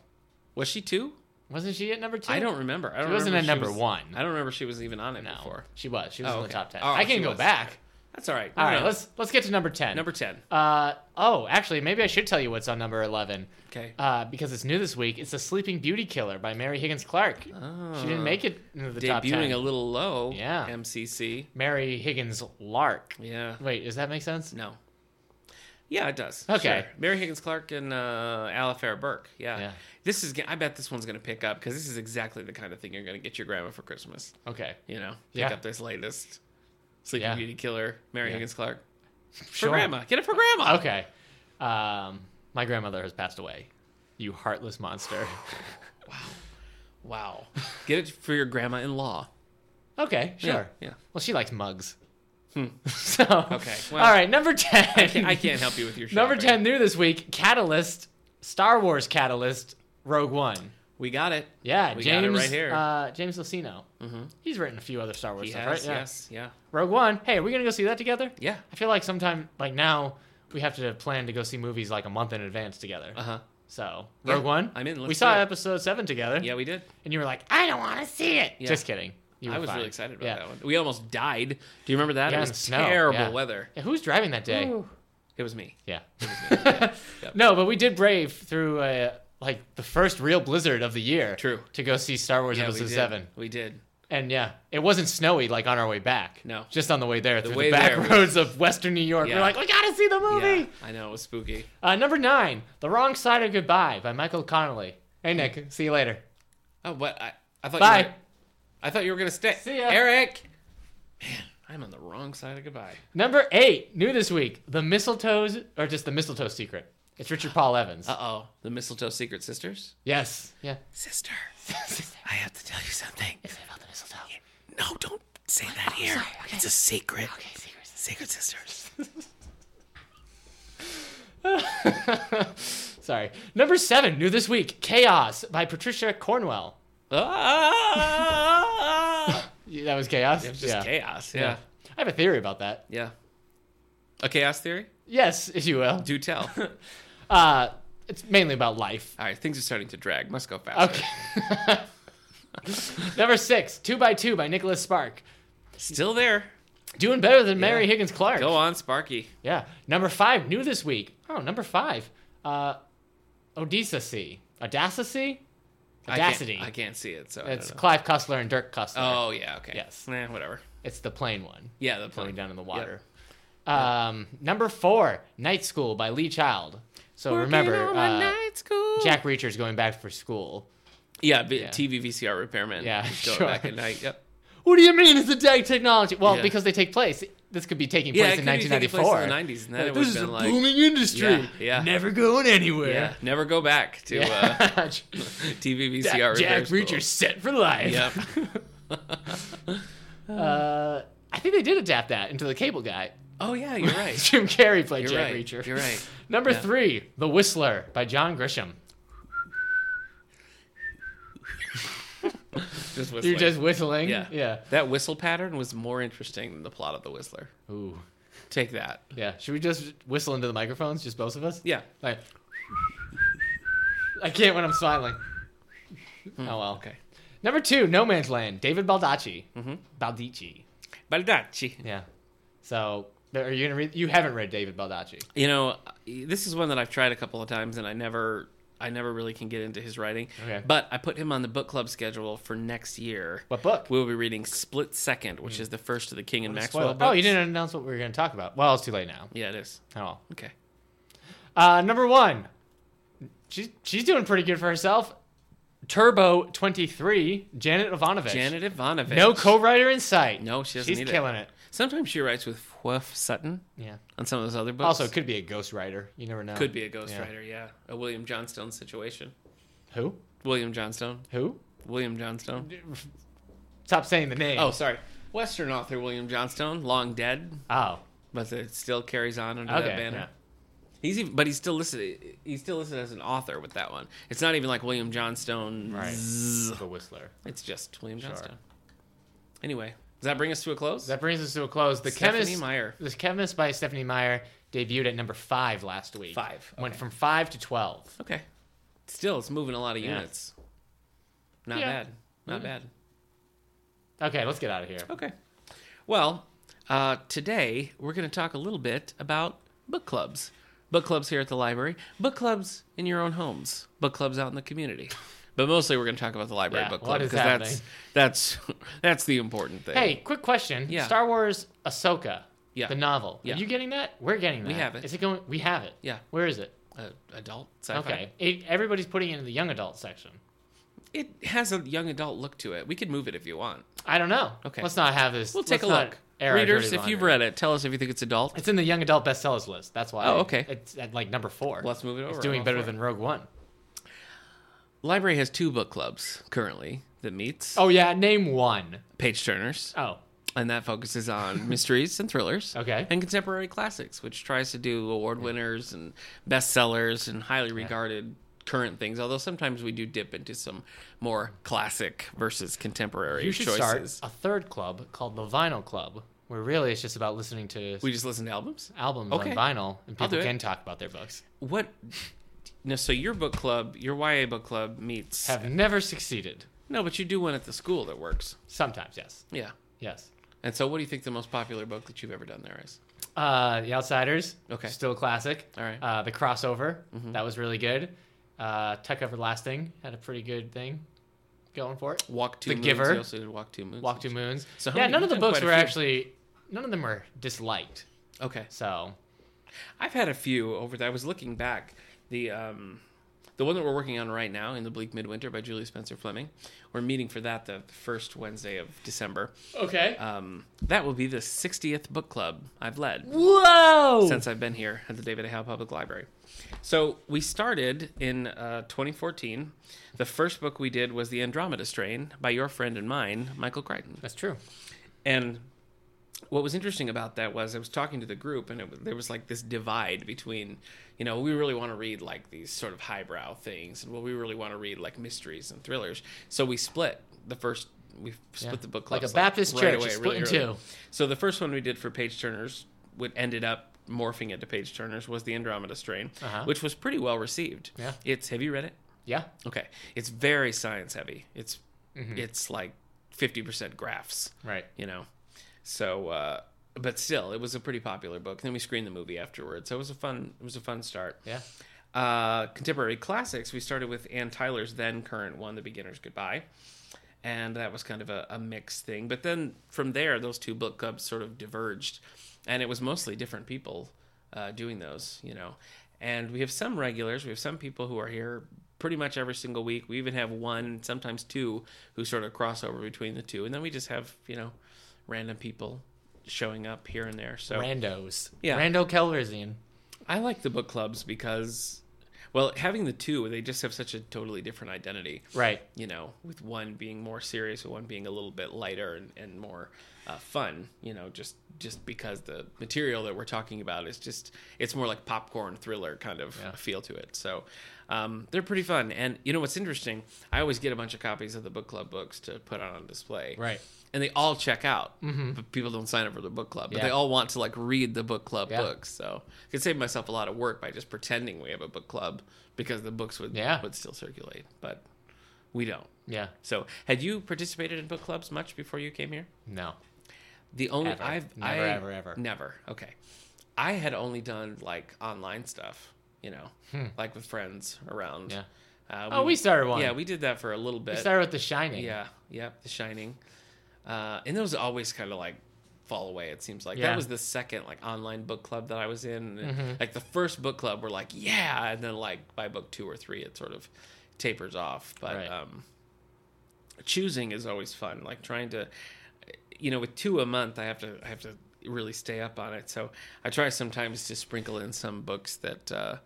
Speaker 2: Was she two?
Speaker 1: Wasn't she at number two?
Speaker 2: I don't remember. I don't
Speaker 1: wasn't
Speaker 2: remember
Speaker 1: at
Speaker 2: if
Speaker 1: number
Speaker 2: was-
Speaker 1: one.
Speaker 2: I don't remember she was even on it
Speaker 1: No,
Speaker 2: before.
Speaker 1: she was. She was
Speaker 2: Oh,
Speaker 1: in the
Speaker 2: okay.
Speaker 1: top ten.
Speaker 2: Oh,
Speaker 1: I can
Speaker 2: she
Speaker 1: go
Speaker 2: was.
Speaker 1: back.
Speaker 2: That's all right.
Speaker 1: All right,
Speaker 2: No, no.
Speaker 1: let's let's get to number ten.
Speaker 2: Number 10.
Speaker 1: Uh oh, actually, maybe I should tell you what's on number eleven.
Speaker 2: Okay.
Speaker 1: Uh, because it's new this week. It's The Sleeping Beauty Killer by Mary Higgins Clark. she didn't make it into the top ten.
Speaker 2: Oh. Debuting a little low.
Speaker 1: Yeah.
Speaker 2: MCC.
Speaker 1: Mary Higgins Lark.
Speaker 2: Yeah.
Speaker 1: Wait, does that make sense?
Speaker 2: No. Yeah, it does.
Speaker 1: Okay.
Speaker 2: Sure. Mary Higgins Clark and uh, Alafera Burke. Yeah.
Speaker 1: Yeah.
Speaker 2: This is. I bet this one's going to pick up because this is exactly the kind of thing you're going to get your grandma for Christmas.
Speaker 1: Okay.
Speaker 2: You know, pick
Speaker 1: Yeah.
Speaker 2: up this latest Sleeping
Speaker 1: Yeah.
Speaker 2: Beauty Killer, Mary
Speaker 1: Yeah.
Speaker 2: Higgins Clark. For
Speaker 1: Sure.
Speaker 2: grandma, get it for grandma.
Speaker 1: Okay. Um, my grandmother has passed away. You heartless monster.
Speaker 2: Wow. Get it for your grandma-in-law.
Speaker 1: okay,
Speaker 2: Yeah,
Speaker 1: sure.
Speaker 2: Yeah.
Speaker 1: Well, she likes mugs. so okay.
Speaker 2: well-
Speaker 1: all right, number ten.
Speaker 2: I can't help you with your shopping.
Speaker 1: Number ten new this week. Catalyst, Star Wars Catalyst, Rogue One.
Speaker 2: We got it.
Speaker 1: Yeah,
Speaker 2: We got
Speaker 1: James.
Speaker 2: it right here. Mm-hmm.
Speaker 1: Uh, James Lucino. He's written a few other Star Wars
Speaker 2: He
Speaker 1: stuff,
Speaker 2: has,
Speaker 1: right? Yeah.
Speaker 2: Yes. Yeah.
Speaker 1: Rogue One. Hey, are we gonna go see that together?
Speaker 2: Yeah.
Speaker 1: I feel like sometime like now we have to plan to go see movies like a month in advance together.
Speaker 2: Uh huh.
Speaker 1: So
Speaker 2: Yeah,
Speaker 1: Rogue One.
Speaker 2: I'm in. Let's
Speaker 1: we
Speaker 2: do
Speaker 1: saw
Speaker 2: it.
Speaker 1: episode seven together.
Speaker 2: Yeah, we did.
Speaker 1: And you were like, I don't want to see it.
Speaker 2: Yeah.
Speaker 1: Just kidding. You
Speaker 2: I
Speaker 1: were
Speaker 2: was
Speaker 1: fine.
Speaker 2: really excited about
Speaker 1: yeah.
Speaker 2: that one. We almost died. Do you remember that?
Speaker 1: Yeah, in
Speaker 2: it was
Speaker 1: the snow,
Speaker 2: terrible
Speaker 1: yeah.
Speaker 2: weather.
Speaker 1: Yeah, who was driving that day?
Speaker 2: It was me.
Speaker 1: Yeah.
Speaker 2: Yep.
Speaker 1: No, but we did brave through uh, like the first real blizzard of the year.
Speaker 2: True.
Speaker 1: To go see Star Wars
Speaker 2: we
Speaker 1: Episode
Speaker 2: did.
Speaker 1: Seven.
Speaker 2: We did.
Speaker 1: And yeah, it wasn't snowy like on our way back.
Speaker 2: No.
Speaker 1: Just on the way there through
Speaker 2: way
Speaker 1: the back
Speaker 2: there was-
Speaker 1: roads of Western New York.
Speaker 2: Yeah.
Speaker 1: We're like, we gotta see the movie.
Speaker 2: Yeah, I know it was spooky.
Speaker 1: Uh, number nine, The Wrong Side of Goodbye by Michael Connolly. Hey, Nick. See you later.
Speaker 2: Oh, but I, I thought
Speaker 1: Bye.
Speaker 2: You were, I thought you were gonna stay.
Speaker 1: See ya.
Speaker 2: Eric. Man, I'm on the wrong side of goodbye.
Speaker 1: Number eight, new this week, The Mistletoes, or just The Mistletoe Secret. It's Richard Paul Evans.
Speaker 2: Uh oh, the mistletoe secret sisters.
Speaker 1: yes. Yeah.
Speaker 2: Sister, I have to tell you something.
Speaker 1: Say about the mistletoe.
Speaker 2: No, don't say that here. It's a secret. Oh, Okay,
Speaker 1: secret
Speaker 2: secret sisters.
Speaker 1: Sorry. Number seven, new this week, Chaos by Patricia Cornwell.
Speaker 2: ah!
Speaker 1: Yeah, That was chaos.
Speaker 2: It was just chaos. yeah.
Speaker 1: I have a theory about that.
Speaker 2: Yeah. A chaos theory?
Speaker 1: Yes, if you will.
Speaker 2: Do tell. All
Speaker 1: Uh, it's mainly about life.
Speaker 2: right, things are starting to drag. Must go faster.
Speaker 1: Okay. Number six, Two by Two by Nicholas Spark.
Speaker 2: Still there.
Speaker 1: Doing better than Mary
Speaker 2: Yeah.
Speaker 1: Higgins Clark.
Speaker 2: Go on, Sparky.
Speaker 1: Yeah. Number five, new this week. Oh, number five. Uh, Odysseus. Audacity?
Speaker 2: I can't-
Speaker 1: Audacity.
Speaker 2: I can't, see it, so
Speaker 1: It's
Speaker 2: I don't know.
Speaker 1: Clive Cussler and Dirk Cussler.
Speaker 2: Oh yeah, okay.
Speaker 1: Yes.
Speaker 2: Nah, whatever.
Speaker 1: It's the plain one
Speaker 2: Yeah, the plane
Speaker 1: going down in the water. Um, number four, Night School by Lee Child. So remember, uh, Jack Reacher's going back for school.
Speaker 2: Yeah, v- TV VCR repairman.
Speaker 1: Yeah,
Speaker 2: He's going
Speaker 1: sure.
Speaker 2: back at night. Yep.
Speaker 1: What do you mean it's the tech technology? Well,
Speaker 2: Yeah.
Speaker 1: because they take place. This could be taking
Speaker 2: Yeah,
Speaker 1: place
Speaker 2: it
Speaker 1: in
Speaker 2: could be taking place
Speaker 1: 1994.
Speaker 2: in the 90s, and then it
Speaker 1: this
Speaker 2: would've
Speaker 1: is a
Speaker 2: been like-
Speaker 1: booming industry.
Speaker 2: Yeah, yeah.
Speaker 1: Never going anywhere.
Speaker 2: Yeah. Never go back to uh,
Speaker 1: Yeah.
Speaker 2: TV
Speaker 1: Jack,
Speaker 2: VCR repair
Speaker 1: Jack
Speaker 2: school.
Speaker 1: Reacher set for life.
Speaker 2: Yep.
Speaker 1: Uh, I think they did adapt that into the cable guy.
Speaker 2: Oh yeah, you're right.
Speaker 1: Jim Carrey played
Speaker 2: You're
Speaker 1: Jack
Speaker 2: right.
Speaker 1: Reacher.
Speaker 2: You're right.
Speaker 1: Number
Speaker 2: Yeah.
Speaker 1: three, The Whistler by John Grisham.
Speaker 2: Just whistling.
Speaker 1: You're just whistling.
Speaker 2: yeah.
Speaker 1: Yeah.
Speaker 2: That whistle pattern was more interesting than the plot of the Whistler.
Speaker 1: Ooh.
Speaker 2: Take that.
Speaker 1: Yeah. Should we just whistle into the microphones, just both of us?
Speaker 2: Yeah.
Speaker 1: Like, I can't when I'm smiling. Oh well.
Speaker 2: Hmm. Okay.
Speaker 1: Number two, No Man's Land, David Baldacci. Mm-hmm. Baldacci.
Speaker 2: Baldacci.
Speaker 1: Yeah. So, are you gonna read? You haven't read David Baldacci.
Speaker 2: You know, this is one that I've tried a couple of times, and I never, I never really can get into his writing.
Speaker 1: Okay.
Speaker 2: But I put him on the book club schedule for next year.
Speaker 1: What book?
Speaker 2: We'll be reading Split Second, which
Speaker 1: Hmm.
Speaker 2: is the first of the King and Maxwell.
Speaker 1: Spoiler- oh, you
Speaker 2: books.
Speaker 1: didn't announce what we were gonna talk about. Well, it's too late now.
Speaker 2: Yeah, it is.
Speaker 1: Oh. well.
Speaker 2: Okay.
Speaker 1: Uh, number one, she's she's doing pretty good for herself. Turbo twenty three, Janet Ivanovich.
Speaker 2: Janet Ivanovich.
Speaker 1: no co-writer in sight.
Speaker 2: No, she doesn't
Speaker 1: She's
Speaker 2: need it.
Speaker 1: killing it.
Speaker 2: Sometimes she writes with Fwef Sutton
Speaker 1: Yeah.
Speaker 2: on some of those other books.
Speaker 1: Also, could be a ghostwriter. You never know.
Speaker 2: could be a ghostwriter.
Speaker 1: Yeah.
Speaker 2: Yeah. a William Johnstone situation.
Speaker 1: Who?
Speaker 2: William Johnstone.
Speaker 1: Who?
Speaker 2: William Johnstone.
Speaker 1: Stop saying the name.
Speaker 2: Oh, sorry. Western author William Johnstone, long dead,
Speaker 1: Oh.
Speaker 2: but it still carries on under
Speaker 1: Okay.
Speaker 2: that banner.
Speaker 1: yeah.
Speaker 2: He's even, but he's still listed. He's still listed as an author with that one. It's not even like William Johnstone.
Speaker 1: Right.
Speaker 2: Zzz.
Speaker 1: The Whistler.
Speaker 2: It's just William Johnstone. Anyway, does that bring us to a close?
Speaker 1: That brings us to a close. The
Speaker 2: Stephanie
Speaker 1: Chemist
Speaker 2: Meyer.
Speaker 1: The Chemist by Stephanie Meyer debuted at number five last week.
Speaker 2: Five,
Speaker 1: Went
Speaker 2: okay.
Speaker 1: from five to twelve.
Speaker 2: okay. Still, it's moving a lot of
Speaker 1: Yeah.
Speaker 2: units. Not
Speaker 1: Yeah. Mm-hmm.
Speaker 2: bad. Not bad.
Speaker 1: Okay, let's get out of here.
Speaker 2: Okay. Well, uh, today we're going to talk a little bit about book clubs. Book clubs here at the library, book clubs in your own homes, book clubs out in the community. But mostly we're going to talk about the library
Speaker 1: Yeah,
Speaker 2: book
Speaker 1: what
Speaker 2: club
Speaker 1: is
Speaker 2: that's that's that's the important thing.
Speaker 1: Hey, quick question.
Speaker 2: Yeah.
Speaker 1: Star Wars Ahsoka.
Speaker 2: Yeah.
Speaker 1: The novel.
Speaker 2: Yeah.
Speaker 1: Are you getting that? We're getting that.
Speaker 2: We have it.
Speaker 1: Is it going? We have it.
Speaker 2: Yeah.
Speaker 1: Where is it?
Speaker 2: Uh, adult sci-fi.
Speaker 1: Okay. It, everybody's putting it in the young adult section.
Speaker 2: It has a young adult look to it. We could move it if you want.
Speaker 1: I don't know.
Speaker 2: Okay.
Speaker 1: Let's not have this.
Speaker 2: We'll take
Speaker 1: let's
Speaker 2: a
Speaker 1: not
Speaker 2: look.
Speaker 1: air our
Speaker 2: Readers,
Speaker 1: dirty
Speaker 2: if you've
Speaker 1: laundry.
Speaker 2: read it, tell us if you think it's adult.
Speaker 1: It's in the young adult bestsellers list. That's why.
Speaker 2: Oh, okay.
Speaker 1: It's at like number four.
Speaker 2: Let's move it over.
Speaker 1: It's
Speaker 2: I'm all
Speaker 1: doing better
Speaker 2: for it.
Speaker 1: than Rogue One.
Speaker 2: Library has two book clubs currently that meets
Speaker 1: Oh yeah, name one.
Speaker 2: Page Turners,
Speaker 1: Oh,
Speaker 2: and that focuses on mysteries and thrillers.
Speaker 1: Okay.
Speaker 2: And contemporary classics, which tries to do award winners and bestsellers and highly regarded current things. Although sometimes we do dip into some more classic versus contemporary
Speaker 1: you should
Speaker 2: choices.
Speaker 1: start a third club called the Vinyl Club, where really it's just about listening to
Speaker 2: We just listen to albums.
Speaker 1: albums
Speaker 2: Okay.
Speaker 1: on vinyl, and
Speaker 2: I'll
Speaker 1: people
Speaker 2: do it.
Speaker 1: can talk about their books.
Speaker 2: What? No, so your book club, your YA book club meets.
Speaker 1: Have never succeeded.
Speaker 2: no, but you do one at the school that works.
Speaker 1: Sometimes, yes,
Speaker 2: Yeah.
Speaker 1: yes.
Speaker 2: And so, what do you think the most popular book that you've ever done there is?
Speaker 1: Uh, the Outsiders,
Speaker 2: Okay.
Speaker 1: still a classic.
Speaker 2: All right. Mm-hmm.
Speaker 1: Uh, the crossover, that was really good. Uh, Tuck Everlasting had a pretty good thing going for it.
Speaker 2: Walk Two
Speaker 1: The
Speaker 2: Moons.
Speaker 1: Giver.
Speaker 2: You also did Walk Two Moons.
Speaker 1: Walk Two Moons.
Speaker 2: So how
Speaker 1: yeah,
Speaker 2: many-
Speaker 1: none of
Speaker 2: you've
Speaker 1: the
Speaker 2: done
Speaker 1: books
Speaker 2: quite a
Speaker 1: were
Speaker 2: few.
Speaker 1: actually. None of them were disliked.
Speaker 2: Okay.
Speaker 1: So
Speaker 2: I've had a few over there. I was looking back. The um, the one that we're working on right now in the Bleak Midwinter by Julie Spencer Fleming. We're meeting for that the first Wednesday of December.
Speaker 1: okay.
Speaker 2: Um, that will be the 60th book club I've led.
Speaker 1: Whoa.
Speaker 2: since I've been here at the David A. Howe Public Library. So we started in uh, 2014. The first book we did was The Andromeda Strain by your friend and mine, Michael Crichton.
Speaker 1: That's true.
Speaker 2: And what was interesting about that was I was talking to the group, and it, was- there was like this divide between, you know, we really want to read like these sort of highbrow things, and well, we really want to read like mysteries and thrillers. So we split the first. We split
Speaker 1: Yeah.
Speaker 2: the book
Speaker 1: Like
Speaker 2: clubs
Speaker 1: a Baptist church, you split in two.
Speaker 2: So the first one we did for Page Turners, what ended up morphing into Page Turners, was the Andromeda Strain,
Speaker 1: Uh-huh.
Speaker 2: which was pretty well received.
Speaker 1: Yeah.
Speaker 2: it's have you read it?
Speaker 1: Yeah.
Speaker 2: Okay, it's very science heavy. It's
Speaker 1: Mm-hmm.
Speaker 2: it's like fifty percent graphs
Speaker 1: Right.
Speaker 2: you know. So, uh, but still, it was a pretty popular book. then we screened the movie afterwards, so it was a fun. It was a fun start.
Speaker 1: Yeah.
Speaker 2: Uh, contemporary classics. We started with Ann Tyler's then current one, The Beginner's Goodbye, and that was kind of a, a mixed thing. But then from there, those two book clubs sort of diverged, and it was mostly different people uh, doing those, you know. And we have some regulars. We have some people who are here pretty much every single week. We even have one, sometimes two, who sort of cross over between the two. And then we just have, you know, random people showing up here and there. So
Speaker 1: Randos.
Speaker 2: Yeah.
Speaker 1: Rando Kelverzian.
Speaker 2: I like the book clubs because, well, having the two, they just have such a totally different identity.
Speaker 1: Right.
Speaker 2: You know, with one being more serious and one being a little bit lighter and, and more uh, fun. You know, just just because the material that we're talking about is just it's more like popcorn thriller kind of
Speaker 1: Yeah.
Speaker 2: feel to it. So um, they're pretty fun. And you know what's interesting? I always get a bunch of copies of the book club books to put on display
Speaker 1: Right. Mm-hmm.
Speaker 2: and they all check out but people don't sign up for the book club but
Speaker 1: Yeah.
Speaker 2: they all want to like read the book club
Speaker 1: Yeah.
Speaker 2: books so i could save myself a lot of work by just pretending we have a book club because the books would
Speaker 1: Yeah.
Speaker 2: would still circulate but we don't
Speaker 1: Yeah.
Speaker 2: so had you participated in book clubs much before you came here
Speaker 1: No.
Speaker 2: the only
Speaker 1: Ever.
Speaker 2: i've
Speaker 1: Never,
Speaker 2: I-
Speaker 1: ever, ever.
Speaker 2: never okay i had only done like online stuff you know like with friends around
Speaker 1: Hmm. Yeah.
Speaker 2: uh,
Speaker 1: Oh, we started one.
Speaker 2: yeah we did that for a little bit
Speaker 1: We started with The Shining.
Speaker 2: yeah, yeah, The Shining. Uh, and those always kind of like fall away. It seems like that
Speaker 1: Yeah. Mm-hmm.
Speaker 2: was the second like online book club that I was in. And, Like the first book club, we're like, yeah, and then like by book two or three, it sort of tapers off. But
Speaker 1: Right.
Speaker 2: um, choosing is always fun. Like trying to, you know, with two a month, I have to, I have to really stay up on it. So I try sometimes to sprinkle in some books that. Uh,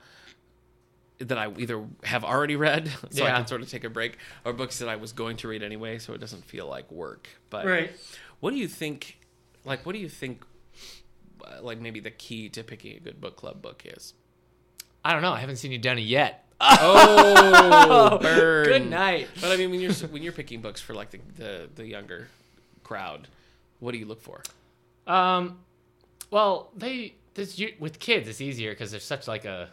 Speaker 2: that I either have already read, so I
Speaker 1: Yeah.
Speaker 2: can sort of take a break, or books that I was going to read anyway, so it doesn't feel like work. But
Speaker 1: Right.
Speaker 2: what do you think? Like, what do you think? uh, Like, maybe the key to picking a good book club book is.
Speaker 1: I don't know. I haven't seen you done it yet.
Speaker 2: Oh, burn.
Speaker 1: Good night.
Speaker 2: Oh, But I mean, when you're when you're picking books for like the the, the younger crowd, what do you look for?
Speaker 1: Um, well, they this you- with kids it's easier because there's such like a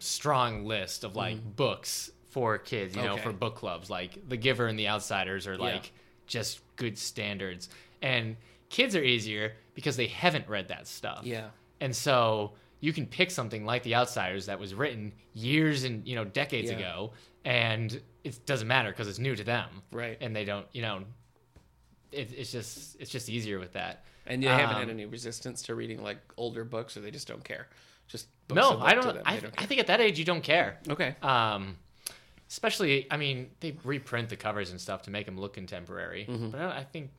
Speaker 1: strong list of like books for kids, you know,
Speaker 2: Mm-hmm. Okay.
Speaker 1: for book clubs. Like The Giver and The Outsiders are like just good standards, and kids are easier because they haven't read that stuff.
Speaker 2: Yeah.
Speaker 1: and so you can pick something like The Outsiders that was written years and you know decades
Speaker 2: Yeah.
Speaker 1: ago, and it doesn't matter because it's new to them,
Speaker 2: Right.
Speaker 1: And they don't, you know, it, it's just it's just easier with that.
Speaker 2: And you haven't
Speaker 1: Um,
Speaker 2: had any resistance to reading like older books, or they just don't care. Just books
Speaker 1: No,
Speaker 2: that look
Speaker 1: I
Speaker 2: to
Speaker 1: don't.
Speaker 2: them,
Speaker 1: I,
Speaker 2: they don't
Speaker 1: I think at that age you don't care.
Speaker 2: care. okay.
Speaker 1: Um, especially, I mean, they reprint the covers and stuff to make them look contemporary, but I, don't, I think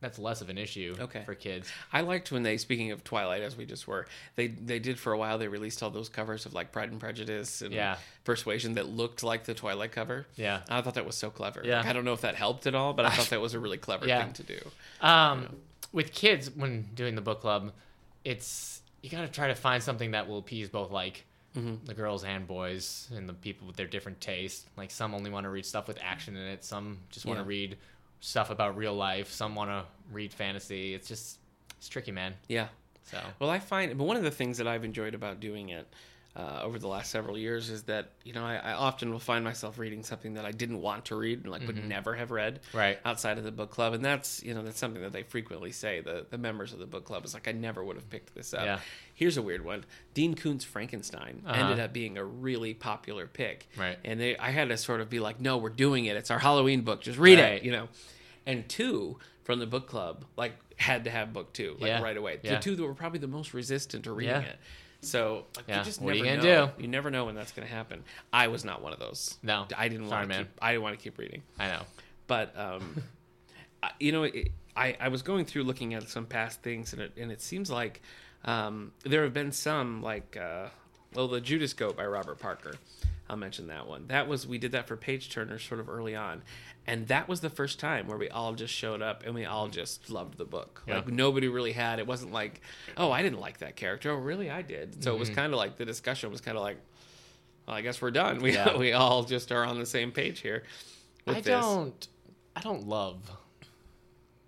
Speaker 1: that's less of an issue
Speaker 2: Mm-hmm. Okay.
Speaker 1: for kids.
Speaker 2: I liked when they, speaking of Twilight, as we just were, they they did for a while. They released all those covers of like Pride and Prejudice and
Speaker 1: Yeah.
Speaker 2: Persuasion that looked like the Twilight cover.
Speaker 1: Yeah.
Speaker 2: I thought that was so clever.
Speaker 1: Yeah.
Speaker 2: I don't know if that helped at all, but I thought that was a really clever
Speaker 1: Yeah.
Speaker 2: thing to do.
Speaker 1: Um, with kids, when doing the book club, it's you got to try to find something that will appease both like
Speaker 2: Mm-hmm.
Speaker 1: the girls and boys and the people with their different tastes. Like some only want to read stuff with action in it. Some just want to
Speaker 2: Yeah.
Speaker 1: read stuff about real life. Some want to read fantasy. It's just it's tricky, man.
Speaker 2: Yeah.
Speaker 1: So
Speaker 2: Well, I find, but one of the things that I've enjoyed about doing it uh, over the last several years is that you know I, I often will find myself reading something that I didn't want to read and like would never have read
Speaker 1: Mm-hmm. Right.
Speaker 2: outside of the book club, and that's you know that's something that they frequently say the the members of the book club is like I never would have picked this up.
Speaker 1: Yeah.
Speaker 2: Here's a weird one: Dean Koontz Frankenstein
Speaker 1: Uh-huh.
Speaker 2: ended up being a really popular pick,
Speaker 1: Right.
Speaker 2: And they I had to sort of be like, no, we're doing it. It's our Halloween book. Just read
Speaker 1: Right.
Speaker 2: it, you know. And two from the book club like had to have book two like
Speaker 1: Yeah.
Speaker 2: right away. The
Speaker 1: Yeah.
Speaker 2: two that were probably the most resistant to reading
Speaker 1: Yeah.
Speaker 2: it. So like,
Speaker 1: Yeah.
Speaker 2: you just
Speaker 1: What are
Speaker 2: never
Speaker 1: you gonna
Speaker 2: know. You never know when that's going to happen. I was not one of those.
Speaker 1: No.
Speaker 2: I didn't
Speaker 1: Sorry,
Speaker 2: want to.
Speaker 1: man.
Speaker 2: Keep, I didn't want to keep reading.
Speaker 1: I know.
Speaker 2: But um, I, you know, it, I I was going through looking at some past things, and it and it seems like um, there have been some like uh, well, the Judas Goat by Robert Parker. I'll mention that one. That was we did that for Page Turner sort of early on, and that was the first time where we all just showed up and we all just loved the book. Like
Speaker 1: Yeah.
Speaker 2: nobody really had. It wasn't like, oh, I didn't like that character. Oh, really? I did. So it
Speaker 1: Mm-hmm.
Speaker 2: was kind of like the discussion was kind of like, well, I guess we're done. We
Speaker 1: Yeah.
Speaker 2: we all just are on the same page here. with
Speaker 1: I
Speaker 2: this.
Speaker 1: don't. I don't love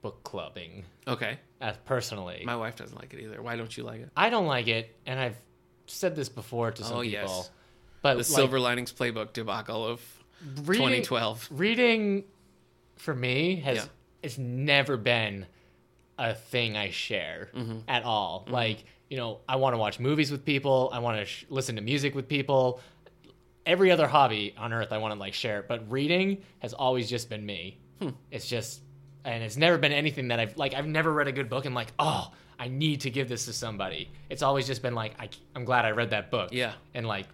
Speaker 1: book clubbing
Speaker 2: Okay.
Speaker 1: as personally.
Speaker 2: My wife doesn't like it either. Why don't you like it?
Speaker 1: I don't like it, and I've said this before to some
Speaker 2: Oh, yes.
Speaker 1: people. But
Speaker 2: The
Speaker 1: like,
Speaker 2: Silver Linings Playbook debacle of
Speaker 1: reading,
Speaker 2: 2012.
Speaker 1: Reading for me has
Speaker 2: Yeah.
Speaker 1: it's never been a thing I share
Speaker 2: Mm-hmm.
Speaker 1: at all. Like, you know, I want to watch movies with people, I want to sh- listen to music with people. Every other hobby on earth I want to like share, but reading has always just been me.
Speaker 2: Hmm.
Speaker 1: It's just and it's never been anything that I've like I've never read a good book and like, "Oh, I need to give this to somebody." It's always just been like, I, am glad I read that book."
Speaker 2: Yeah.
Speaker 1: And like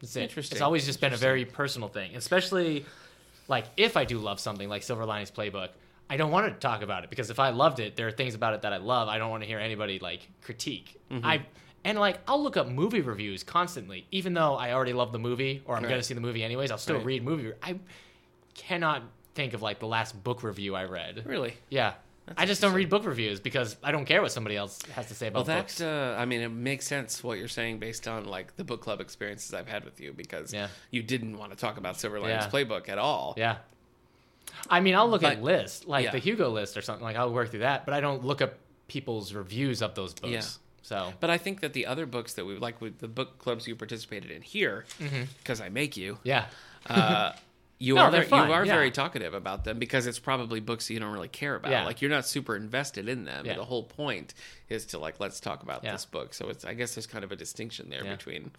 Speaker 1: that's it.
Speaker 2: Interesting.
Speaker 1: It's always just been a very personal thing, especially like if I do love something like Silver Linings Playbook, I don't want to talk about it because if I loved it, there are things about it that I love. I don't want to hear anybody like critique.
Speaker 2: Mm-hmm.
Speaker 1: I and like I'll look up movie reviews constantly, even though I already love the movie or I'm
Speaker 2: Right.
Speaker 1: going to see the movie anyways. I'll still
Speaker 2: Right.
Speaker 1: read movie. re- I cannot think of like the last book review I read.
Speaker 2: Really?
Speaker 1: Yeah. I just don't read book reviews because I don't care what somebody else has to say
Speaker 2: Well,
Speaker 1: about
Speaker 2: that
Speaker 1: books.
Speaker 2: uh, I mean, it makes sense what you're saying based on like the book club experiences I've had with you because
Speaker 1: Yeah.
Speaker 2: you didn't want to talk about Silver Linings
Speaker 1: Yeah.
Speaker 2: Playbook at all.
Speaker 1: Yeah. I mean, I'll look at
Speaker 2: But-
Speaker 1: lists, like
Speaker 2: yeah.
Speaker 1: the Hugo list or something. Like, I'll work through that, but I don't look up people's reviews of those books.
Speaker 2: Yeah.
Speaker 1: So,
Speaker 2: But I think that the other books that we like, with the book clubs you participated in here, because I make you,
Speaker 1: yeah.
Speaker 2: uh, you
Speaker 1: No,
Speaker 2: are
Speaker 1: they're
Speaker 2: very,
Speaker 1: fun,
Speaker 2: you are
Speaker 1: yeah.
Speaker 2: very talkative about them because it's probably books you don't really care about.
Speaker 1: Yeah.
Speaker 2: Like you're not super invested in them.
Speaker 1: Yeah.
Speaker 2: The whole point is to like let's talk about
Speaker 1: Yeah.
Speaker 2: this book. So it's I guess there's kind of a distinction there
Speaker 1: Yeah.
Speaker 2: between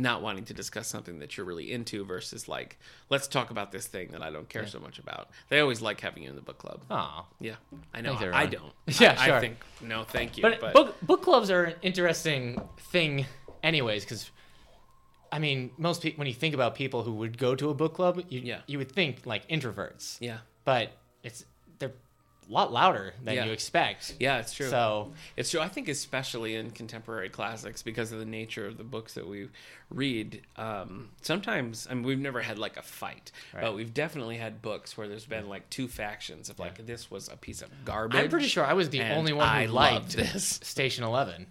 Speaker 2: not wanting to discuss something that you're really into versus like let's talk about this thing that I don't care so much about. They always like having you in the book club.
Speaker 1: Oh.
Speaker 2: Yeah, I know.
Speaker 1: Thanks,
Speaker 2: I, I
Speaker 1: everyone.
Speaker 2: don't.
Speaker 1: Yeah,
Speaker 2: I, I
Speaker 1: sure.
Speaker 2: think no, thank you.
Speaker 1: But, book book clubs are an interesting thing, anyways, because. I mean, most people, when you think about people who would go to a book club, you,
Speaker 2: Yeah.
Speaker 1: you would think like introverts.
Speaker 2: yeah,
Speaker 1: But it's, they're a lot louder than
Speaker 2: Yeah.
Speaker 1: you expect.
Speaker 2: yeah, it's true.
Speaker 1: So,
Speaker 2: It's true. I think especially in contemporary classics, because of the nature of the books that we read, um, sometimes I mean we've never had like a fight, but we've definitely had books where there's been like two factions of like this was a piece of garbage.
Speaker 1: I'm pretty sure I was the
Speaker 2: and
Speaker 1: only one who
Speaker 2: I
Speaker 1: liked
Speaker 2: loved this.
Speaker 1: Station 11.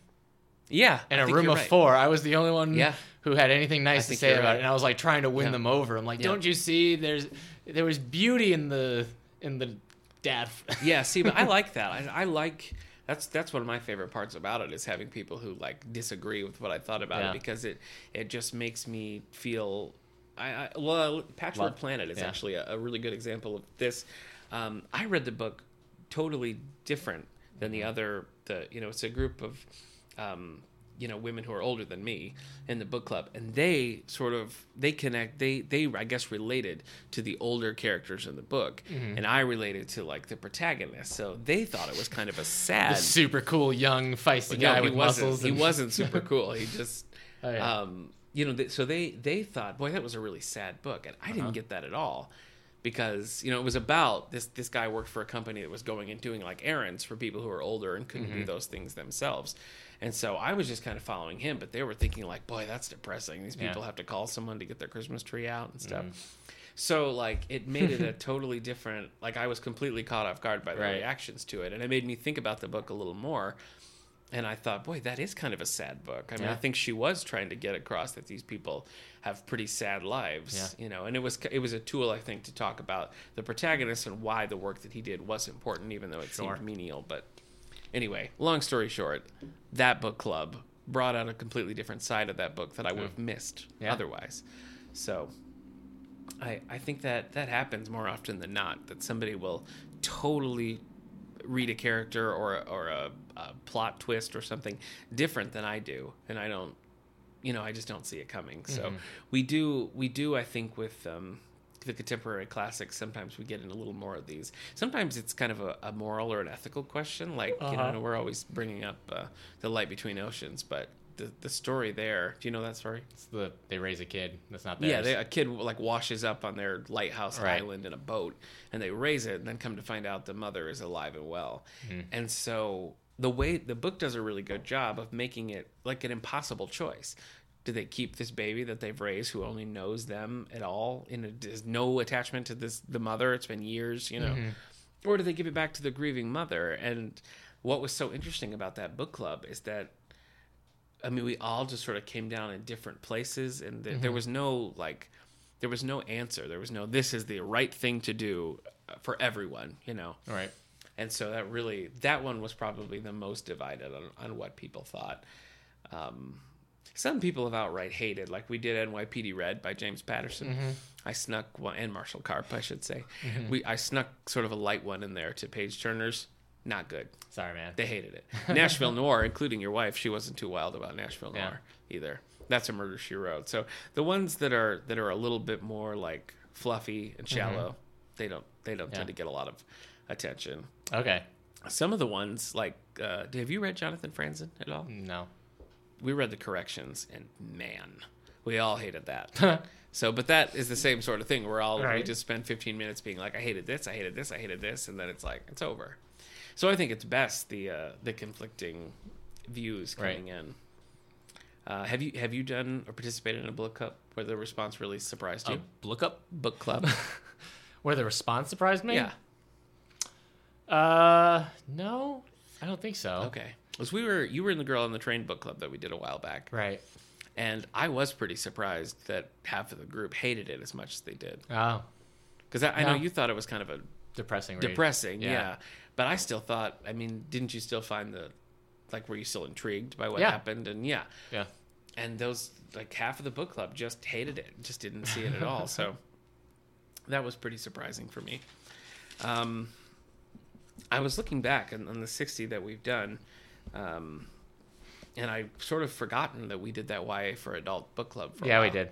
Speaker 2: Yeah,
Speaker 1: in
Speaker 2: a
Speaker 1: a room of four. I was the only one
Speaker 2: Yeah.
Speaker 1: who had anything nice to
Speaker 2: think
Speaker 1: say
Speaker 2: you're
Speaker 1: about
Speaker 2: right.
Speaker 1: it, and I was like trying to win
Speaker 2: Yeah.
Speaker 1: them over. I'm like,
Speaker 2: Yeah.
Speaker 1: don't you see? There's there was beauty in the in the dad.
Speaker 2: yeah, see, but I like that. I, I like that's that's one of my favorite parts about it is having people who like disagree with what I thought about
Speaker 1: Yeah.
Speaker 2: it because it it just makes me feel. I, I well, Patchwork
Speaker 1: Love-
Speaker 2: Planet is
Speaker 1: yeah.
Speaker 2: actually a, a really good example of this. Um, I read the book totally different than the other. The you know it's a group of um, you know women who are older than me in the book club, and they sort of they connect. They they I guess related to the older characters in the book, and I related to like the protagonist. So they thought it was kind of a sad
Speaker 1: super cool young feisty
Speaker 2: no,
Speaker 1: guy
Speaker 2: he
Speaker 1: with
Speaker 2: wasn't,
Speaker 1: muscles.
Speaker 2: He
Speaker 1: and-
Speaker 2: wasn't super cool. He just,
Speaker 1: Oh, yeah.
Speaker 2: um, you know, they, so they they thought, boy, that was a really sad book, and I
Speaker 1: Uh-huh.
Speaker 2: didn't get that at all, because you know it was about this this guy worked for a company that was going and doing like errands for people who were older and couldn't
Speaker 1: Mm-hmm.
Speaker 2: do those things themselves, and so I was just kind of following him, but they were thinking like, boy, that's depressing. These
Speaker 1: Yeah. Mm-hmm.
Speaker 2: people have to call someone to get their Christmas tree out and stuff. So like it made it a totally different like I was completely caught off guard by the
Speaker 1: Right.
Speaker 2: reactions to it and it made me think about the book a little more and I thought, boy, that is kind of a sad book. I mean, I
Speaker 1: Yeah.
Speaker 2: think she was trying to get across that these people have pretty sad lives, you know. And it was it was a tool, I think, to talk about the protagonist and why the work that he did was important, even though it
Speaker 1: Sure.
Speaker 2: seemed menial. But anyway, long story short, that book club brought out a completely different side of that book that I would have missed
Speaker 1: Hmm. Yeah.
Speaker 2: otherwise. So I I think that that happens more often than not that somebody will totally read a character or or a, a plot twist or something different than I do, and I don't, you know, I just don't see it coming. So we do we do I think with. Um, the contemporary classics. Sometimes we get in a little more of these. Sometimes it's kind of a, a moral or an ethical question. Like you know, I
Speaker 1: Uh-huh.
Speaker 2: know we're always bringing up uh, the light between oceans, but the the story there. Do you know that story?
Speaker 1: It's the, they raise a kid that's not theirs.
Speaker 2: Yeah, they, a kid like washes up on their lighthouse
Speaker 1: Right.
Speaker 2: island in a boat, and they raise it, and then come to find out the mother is alive and well. And so the way the book does a really good job of making it like an impossible choice. Do they keep this baby that they've raised, who only knows them at all, in a, there's no attachment to this the mother? It's been years, you know, or do they give it back to the grieving mother? And what was so interesting about that book club is that I mean, we all just sort of came down in different places, and th- there was no like, there was no answer. There was no this is the right thing to do uh, for everyone, you know.
Speaker 1: All right.
Speaker 2: And so that really, that one was probably the most divided on, on what people thought. Um, some people have outright hated, like we did NYPD Red by James Patterson. I snuck one, and Marshall Carp, I should say. We I snuck sort of a light one in there to Page Turners. Not good.
Speaker 1: Sorry, man.
Speaker 2: They hated it. Nashville Noir, including your wife, she wasn't too wild about Nashville
Speaker 1: Yeah.
Speaker 2: Noir either. That's a murder she wrote. So the ones that are that are a little bit more like fluffy and shallow, they don't they don't
Speaker 1: Mm-hmm. Yeah.
Speaker 2: tend to get a lot of attention.
Speaker 1: okay.
Speaker 2: Some of the ones like uh, have you read Jonathan Franzen at all?
Speaker 1: No.
Speaker 2: we read the corrections and man we all hated that so but that is the same sort of thing we're all we
Speaker 1: Right.
Speaker 2: just spend 15 minutes being like i hated this i hated this i hated this and then it's like it's over so i think it's best the uh the conflicting views
Speaker 1: Right.
Speaker 2: coming in uh, have you have you done or participated in a book club where the response really surprised you?
Speaker 1: Look up
Speaker 2: book club,
Speaker 1: Um, where the response surprised me.
Speaker 2: yeah.
Speaker 1: Uh, no, I don't think so.
Speaker 2: Okay, because we were you were in the Girl on the Train book club that we did a while back,
Speaker 1: Right.
Speaker 2: and I was pretty surprised that half of the group hated it as much as they did.
Speaker 1: Oh,
Speaker 2: Because I, I know
Speaker 1: No.
Speaker 2: you thought it was kind of a
Speaker 1: depressing. Read.
Speaker 2: depressing, yeah.
Speaker 1: Yeah.
Speaker 2: But I still thought. I mean, didn't you still find the, like, were you still intrigued by what
Speaker 1: Yeah.
Speaker 2: happened? And yeah,
Speaker 1: Yeah.
Speaker 2: and those like half of the book club just hated it, just didn't see it at all. So that was pretty surprising for me. Um, I was looking back on, on the sixty that we've done, um, and I sort of forgotten that we did that YA for adult book club. For a
Speaker 1: Yeah, we
Speaker 2: while
Speaker 1: did.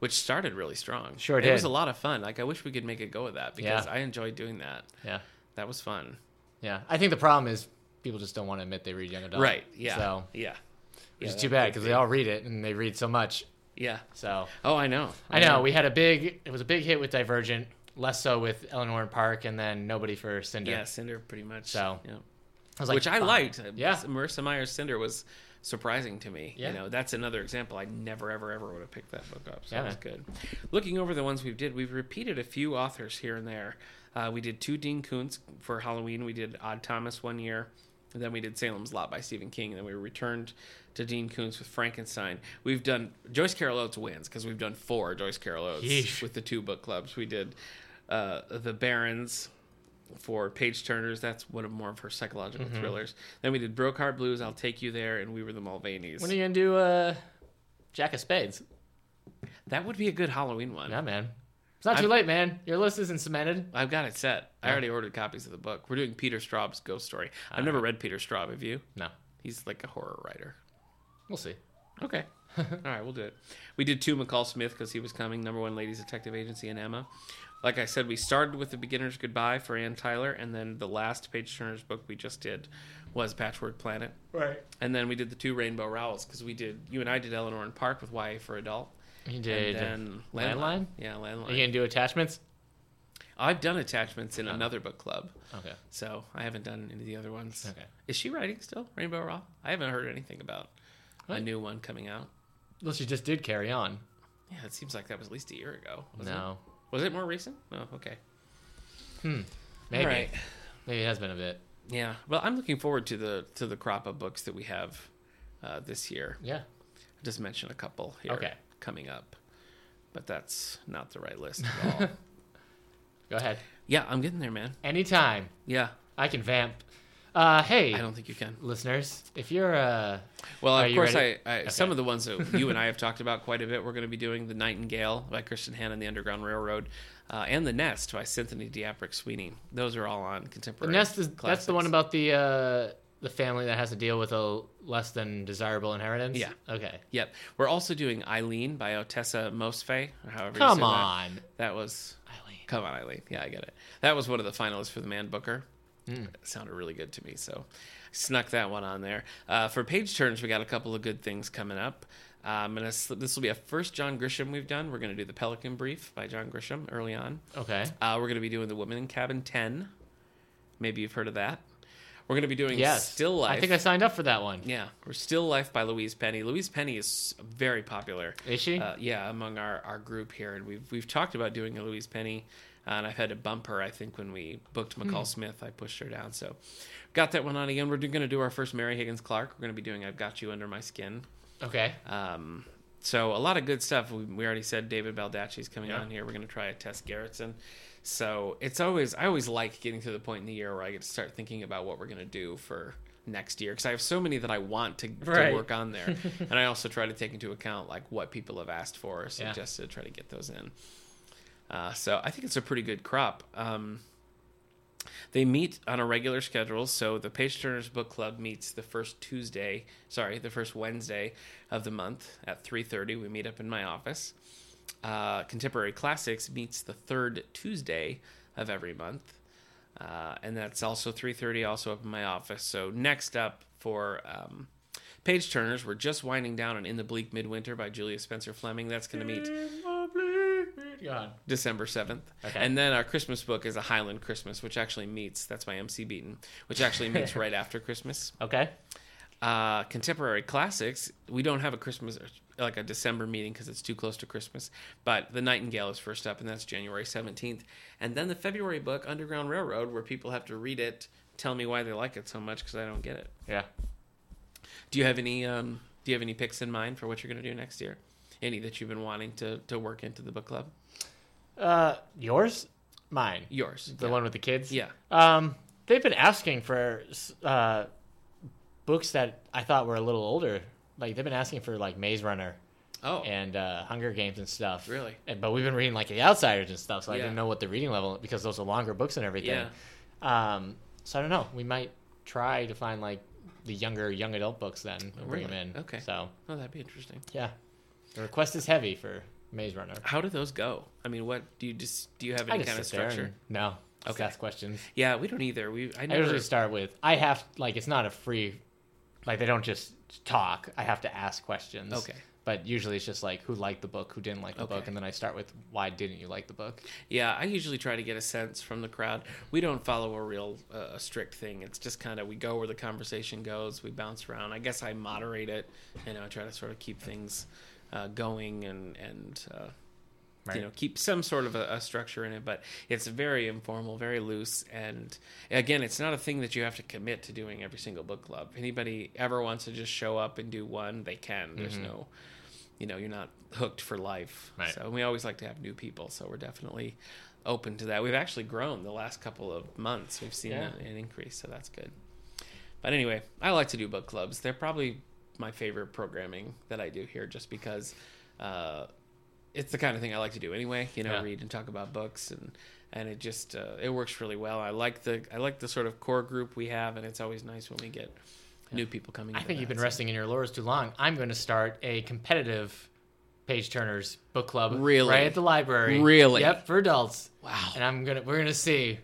Speaker 2: which started really strong.
Speaker 1: Sure
Speaker 2: It was
Speaker 1: did.
Speaker 2: a lot of fun. Like I wish we could make a go of that because
Speaker 1: Yeah.
Speaker 2: I enjoyed doing that.
Speaker 1: Yeah.
Speaker 2: That was fun.
Speaker 1: Yeah. I think the problem is people just don't want to admit they read young adult.
Speaker 2: Right. Yeah.
Speaker 1: Oh, So,
Speaker 2: yeah.
Speaker 1: which
Speaker 2: Yeah,
Speaker 1: is too
Speaker 2: that
Speaker 1: bad
Speaker 2: could
Speaker 1: because
Speaker 2: be.
Speaker 1: they all read it and they read so much.
Speaker 2: Yeah.
Speaker 1: So,
Speaker 2: Oh, I know.
Speaker 1: I know we had a big. It was a big hit with Divergent, less so with Eleanor and Park, and then nobody for Cinder.
Speaker 2: Yeah, Cinder pretty much.
Speaker 1: So,
Speaker 2: yeah.
Speaker 1: I was like,
Speaker 2: which I
Speaker 1: "Fuck."
Speaker 2: liked.
Speaker 1: Yeah.
Speaker 2: Marissa Meyer's Cinder was surprising to me.
Speaker 1: Yeah.
Speaker 2: You know, that's another example. I never, ever, ever would have picked that book up. So
Speaker 1: Yeah,
Speaker 2: that's good. Looking over the ones we've did, we've repeated a few authors here and there. Uh, we did two Dean Koontz for Halloween. We did Odd Thomas one year. And then we did Salem's Lot by Stephen King. And then we returned to Dean Koontz with Frankenstein. We've done Joyce Carol Oates wins because we've done four Joyce Carol Oates
Speaker 1: Yeesh.
Speaker 2: with the two book clubs. We did uh, The Barons, for Page Turners. That's one of more of her psychological
Speaker 1: Mm-hmm.
Speaker 2: thrillers. Then we did Brocard Blues, I'll Take You There, and We Were the Mulvaneys.
Speaker 1: When are you gonna do uh, Jack of Spades?
Speaker 2: that would be a good Halloween one.
Speaker 1: Yeah, man. It's not too late, man. Your list isn't cemented.
Speaker 2: I've got it set. I already ordered copies of the book. We're doing Peter Straub's ghost story. I've
Speaker 1: Uh-huh.
Speaker 2: never read Peter Straub. Have you?
Speaker 1: No,
Speaker 2: He's like a horror writer.
Speaker 1: we'll see.
Speaker 2: Okay. All right, we'll do it. We did two McCall Smith because he was coming, number one Ladies Detective Agency and Emma. Like I said, we started with The Beginner's Goodbye for Ann Tyler, and then the last Page Turner's book we just did was Patchwork Planet.
Speaker 1: Right.
Speaker 2: And then we did the two Rainbow Rowells because we did, you and I did Eleanor and Park with YA for Adult.
Speaker 1: You did.
Speaker 2: and then Landline.
Speaker 1: Landline?
Speaker 2: Yeah, Landline.
Speaker 1: Are you gonna do attachments?
Speaker 2: I've done attachments in another book club,
Speaker 1: Okay.
Speaker 2: so I haven't done any of the other ones.
Speaker 1: Okay.
Speaker 2: Is she writing still, Rainbow Raw? I haven't heard anything about a
Speaker 1: What?
Speaker 2: new one coming out.
Speaker 1: Well, she just did carry on.
Speaker 2: Yeah, it seems like that was at least a year ago. wasn't
Speaker 1: no,
Speaker 2: it? Was it more recent? Oh, okay.
Speaker 1: maybe
Speaker 2: All right.
Speaker 1: maybe it has been a bit.
Speaker 2: Yeah. Well, I'm looking forward to the to the crop of books that we have uh, this year.
Speaker 1: Yeah.
Speaker 2: I'll just mention a couple here
Speaker 1: Okay.
Speaker 2: coming up, but that's not the right list at all.
Speaker 1: Go ahead.
Speaker 2: yeah, I'm getting there, man.
Speaker 1: Anytime
Speaker 2: Yeah.
Speaker 1: I can vamp. Uh, hey,
Speaker 2: I don't think you can.
Speaker 1: listeners, if you're uh,
Speaker 2: Well,
Speaker 1: Are
Speaker 2: of
Speaker 1: you
Speaker 2: course, I,
Speaker 1: ready?
Speaker 2: I some of the ones that you and I have talked about quite a bit. We're going to be doing "The Nightingale" by Kristen Hanna and the Underground Railroad, uh, and "The Nest" by Anthony Diapric Sweeney. Those are all on
Speaker 1: the
Speaker 2: contemporary.
Speaker 1: nest is that's the one
Speaker 2: classics.
Speaker 1: about the uh, the family that has to deal with a less than desirable inheritance.
Speaker 2: Yeah.
Speaker 1: Okay.
Speaker 2: Yep. We're also doing "Eileen" by Otessa Mosfe, or however. you say
Speaker 1: Come
Speaker 2: that.
Speaker 1: on,
Speaker 2: That was
Speaker 1: Eileen.
Speaker 2: come on, Eileen. Yeah, I get it. That was one of the finalists for the Man Booker.
Speaker 1: Hmm.
Speaker 2: It sounded really good to me, so snuck that one on there. Uh, for page turns, we got a couple of good things coming up. Uh, I'm gonna slip. This will be a first John Grisham we've done. We're gonna do the Pelican Brief by John Grisham early on.
Speaker 1: Okay.
Speaker 2: Uh, we're gonna be doing the Woman in Cabin Ten. Maybe you've heard of that. We're gonna be doing
Speaker 1: Yes.
Speaker 2: Still Life.
Speaker 1: I think I signed up for that one.
Speaker 2: yeah, we're Still Life by Louise Penny. Louise Penny is very popular.
Speaker 1: Is she?
Speaker 2: Uh, yeah, among our, our group here, and we've we've talked about doing a Louise Penny, uh, and I've had to bump her. I think when we booked McCall Smith, I pushed her down. So, got that one on again. We're going to do our first Mary Higgins Clark. We're going to be doing I've Got You Under My Skin.
Speaker 1: okay.
Speaker 2: Um, so a lot of good stuff. We, we already said David Baldacci's coming
Speaker 1: Yeah.
Speaker 2: on here. We're going to try a Tess Gerritsen. So it's always I always like getting to the point in the year where I get to start thinking about what we're going to do for next year because I have so many that I want to,
Speaker 1: Right.
Speaker 2: to work on there, and I also try to take into account like what people have asked for or
Speaker 1: Yeah.
Speaker 2: suggested, try to get those in. Uh, so I think it's a pretty good crop. Um, they meet on a regular schedule, so the Page Turners Book Club meets the first Tuesday, sorry, the first Wednesday of the month at 3:30. We meet up in my office. Uh, Contemporary Classics meets the third Tuesday of every month, uh, and that's also 3:30, also up in my office. So next up for um, Page Turners, we're just winding down on In the Bleak Midwinter by Julia Spencer Fleming. That's going to meet
Speaker 1: God.
Speaker 2: December 7th.
Speaker 1: Okay.
Speaker 2: And then our Christmas book is A Highland Christmas, which actually meets, that's by MC Beaton, which actually meets right after Christmas.
Speaker 1: Okay.
Speaker 2: Uh, contemporary classics, we don't have a Christmas, like a December meeting because it's too close to Christmas, but The Nightingale is first up, and that's January 17th. And then the February book, Underground Railroad, where people have to read it, tell me why they like it so much because I don't get it.
Speaker 1: Yeah.
Speaker 2: Do you have any, um, do you have any picks in mind for what you're going to do next year? Any that you've been wanting to, to work into the book club?
Speaker 1: Uh, yours, mine,
Speaker 2: Yours.
Speaker 1: the one with the kids.
Speaker 2: Yeah.
Speaker 1: Um, they've been asking for uh, books that I thought were a little older. Like they've been asking for like Maze Runner
Speaker 2: Oh.
Speaker 1: and uh, Hunger Games and stuff.
Speaker 2: Really?
Speaker 1: And, but we've been reading like The Outsiders and stuff, so I
Speaker 2: Yeah.
Speaker 1: didn't know what the reading level because those are longer books and everything. Um, so I don't know. We might try to find like the younger young adult books then and bring
Speaker 2: really?
Speaker 1: them in.
Speaker 2: Okay.
Speaker 1: So
Speaker 2: Oh, that'd be interesting.
Speaker 1: yeah, the request is heavy for Maze Runner.
Speaker 2: How do those go? I mean, what do you just do you have
Speaker 1: I
Speaker 2: any
Speaker 1: just
Speaker 2: kind of
Speaker 1: sit there
Speaker 2: structure?
Speaker 1: and- no. Just
Speaker 2: Okay.
Speaker 1: ask questions.
Speaker 2: Yeah, we don't either. We I
Speaker 1: I
Speaker 2: never.
Speaker 1: usually start with I have like it's not a free like they don't just talk. I have to ask questions.
Speaker 2: Okay.
Speaker 1: But usually it's just like who liked the book, who didn't like the book,
Speaker 2: Okay.
Speaker 1: and then I start with why didn't you like the book?
Speaker 2: Yeah, I usually try to get a sense from the crowd. We don't follow a real uh, a strict thing. It's just kind of we go where the conversation goes. We bounce around. I guess I moderate it. You know, I try to sort of keep things uh, going and and. Uh,
Speaker 1: Right.
Speaker 2: You know, keep some sort of a, a structure in it, but it's very informal, very loose, and again, it's not a thing that you have to commit to doing every single book club. If anybody ever wants to just show up and do one, they can. There's no, you know, you're not hooked for life.
Speaker 1: Mm-hmm. Right.
Speaker 2: So we always like to have new people. So we're definitely open to that. We've actually grown the last couple of months. We've seen
Speaker 1: Yeah.
Speaker 2: a- an increase, so that's good. But anyway, I like to do book clubs. They're probably my favorite programming that I do here, just because uh, it's the kind of thing I like to do anyway. You know,
Speaker 1: Yeah.
Speaker 2: read and talk about books, and and it just uh, it works really well. I like the I like the sort of core group we have, and it's always nice when we get new people coming.
Speaker 1: I
Speaker 2: into
Speaker 1: think you've
Speaker 2: that,
Speaker 1: been
Speaker 2: so-
Speaker 1: resting in your laurels too long. I'm going to start a competitive page turners book club
Speaker 2: Really?
Speaker 1: right at the library.
Speaker 2: Really?
Speaker 1: Yep, for adults.
Speaker 2: Wow.
Speaker 1: And I'm gonna we're gonna see.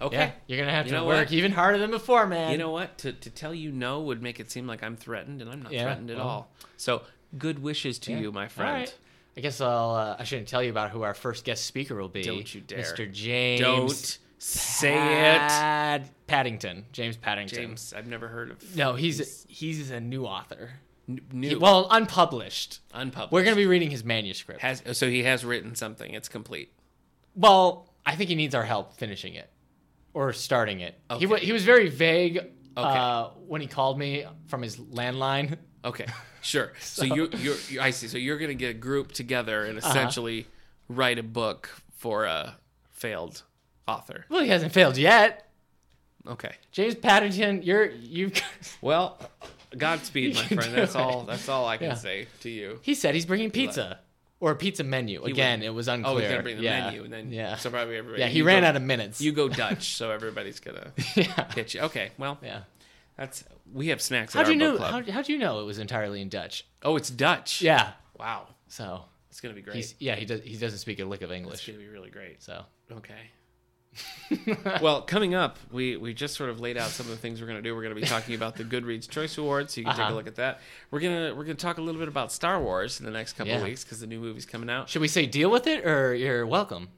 Speaker 2: Okay.
Speaker 1: Yeah, you're gonna have
Speaker 2: You
Speaker 1: to
Speaker 2: know
Speaker 1: work
Speaker 2: what?
Speaker 1: even harder than before, man.
Speaker 2: You know what? To, to tell you no would make it seem like I'm threatened, and I'm not
Speaker 1: Yeah,
Speaker 2: threatened at
Speaker 1: well.
Speaker 2: all. So, good wishes to
Speaker 1: Yeah.
Speaker 2: you, my
Speaker 1: All
Speaker 2: friend.
Speaker 1: right. I guess I'll. Uh, I shouldn't tell you about who our first guest speaker will be.
Speaker 2: Don't you dare.
Speaker 1: Mr. James.
Speaker 2: Don't say it.
Speaker 1: Pad- Paddington. James Paddington.
Speaker 2: James, I've never heard of
Speaker 1: No, he's he's a new author.
Speaker 2: n-
Speaker 1: He-
Speaker 2: new
Speaker 1: well, unpublished.
Speaker 2: unpublished.
Speaker 1: We're gonna be reading his manuscript.
Speaker 2: has so he has written something. It's complete.
Speaker 1: Well, I think he needs our help finishing it or starting it. He, wa-
Speaker 2: Okay.
Speaker 1: he was very vague uh, when he called me from his landline.
Speaker 2: Okay, sure. so you you're, you I see. So you're gonna get a group together
Speaker 1: Uh-huh.
Speaker 2: and essentially write a book for a failed author.
Speaker 1: Well, he hasn't failed yet.
Speaker 2: Okay.
Speaker 1: James Paddington, you're you've.
Speaker 2: Well, Godspeed,
Speaker 1: You
Speaker 2: my
Speaker 1: can
Speaker 2: friend.
Speaker 1: do
Speaker 2: That's
Speaker 1: it.
Speaker 2: all. That's all I can
Speaker 1: Yeah.
Speaker 2: say to you.
Speaker 1: He said he's bringing pizza or a pizza menu. Again, it was unclear.
Speaker 2: Oh, he's gonna bring the
Speaker 1: yeah.
Speaker 2: menu, and then
Speaker 1: yeah,
Speaker 2: so probably everybody.
Speaker 1: yeah. He
Speaker 2: you
Speaker 1: ran
Speaker 2: go,
Speaker 1: out of minutes.
Speaker 2: You go Dutch, so everybody's gonna
Speaker 1: yeah,
Speaker 2: pitch. You. Okay, well,
Speaker 1: yeah.
Speaker 2: that's we have snacks.
Speaker 1: How'd
Speaker 2: at
Speaker 1: you
Speaker 2: our book
Speaker 1: know?
Speaker 2: club.
Speaker 1: How, how'd you know it was entirely in Dutch?
Speaker 2: Oh, it's Dutch.
Speaker 1: Yeah.
Speaker 2: Wow,
Speaker 1: So
Speaker 2: it's gonna be great.
Speaker 1: he's yeah he does he doesn't speak a lick of
Speaker 2: it's
Speaker 1: English.
Speaker 2: gonna be really great.
Speaker 1: So
Speaker 2: Okay. well, coming up, we, we just sort of laid out some of the things we're going to do. We're going to be talking about the Goodreads Choice Awards, so you can take
Speaker 1: Uh-huh.
Speaker 2: a look at that. We're going to we're going to talk a little bit about Star Wars in the next couple of
Speaker 1: Yeah.
Speaker 2: weeks because the new movie's coming out.
Speaker 1: should we say deal with it or you're welcome?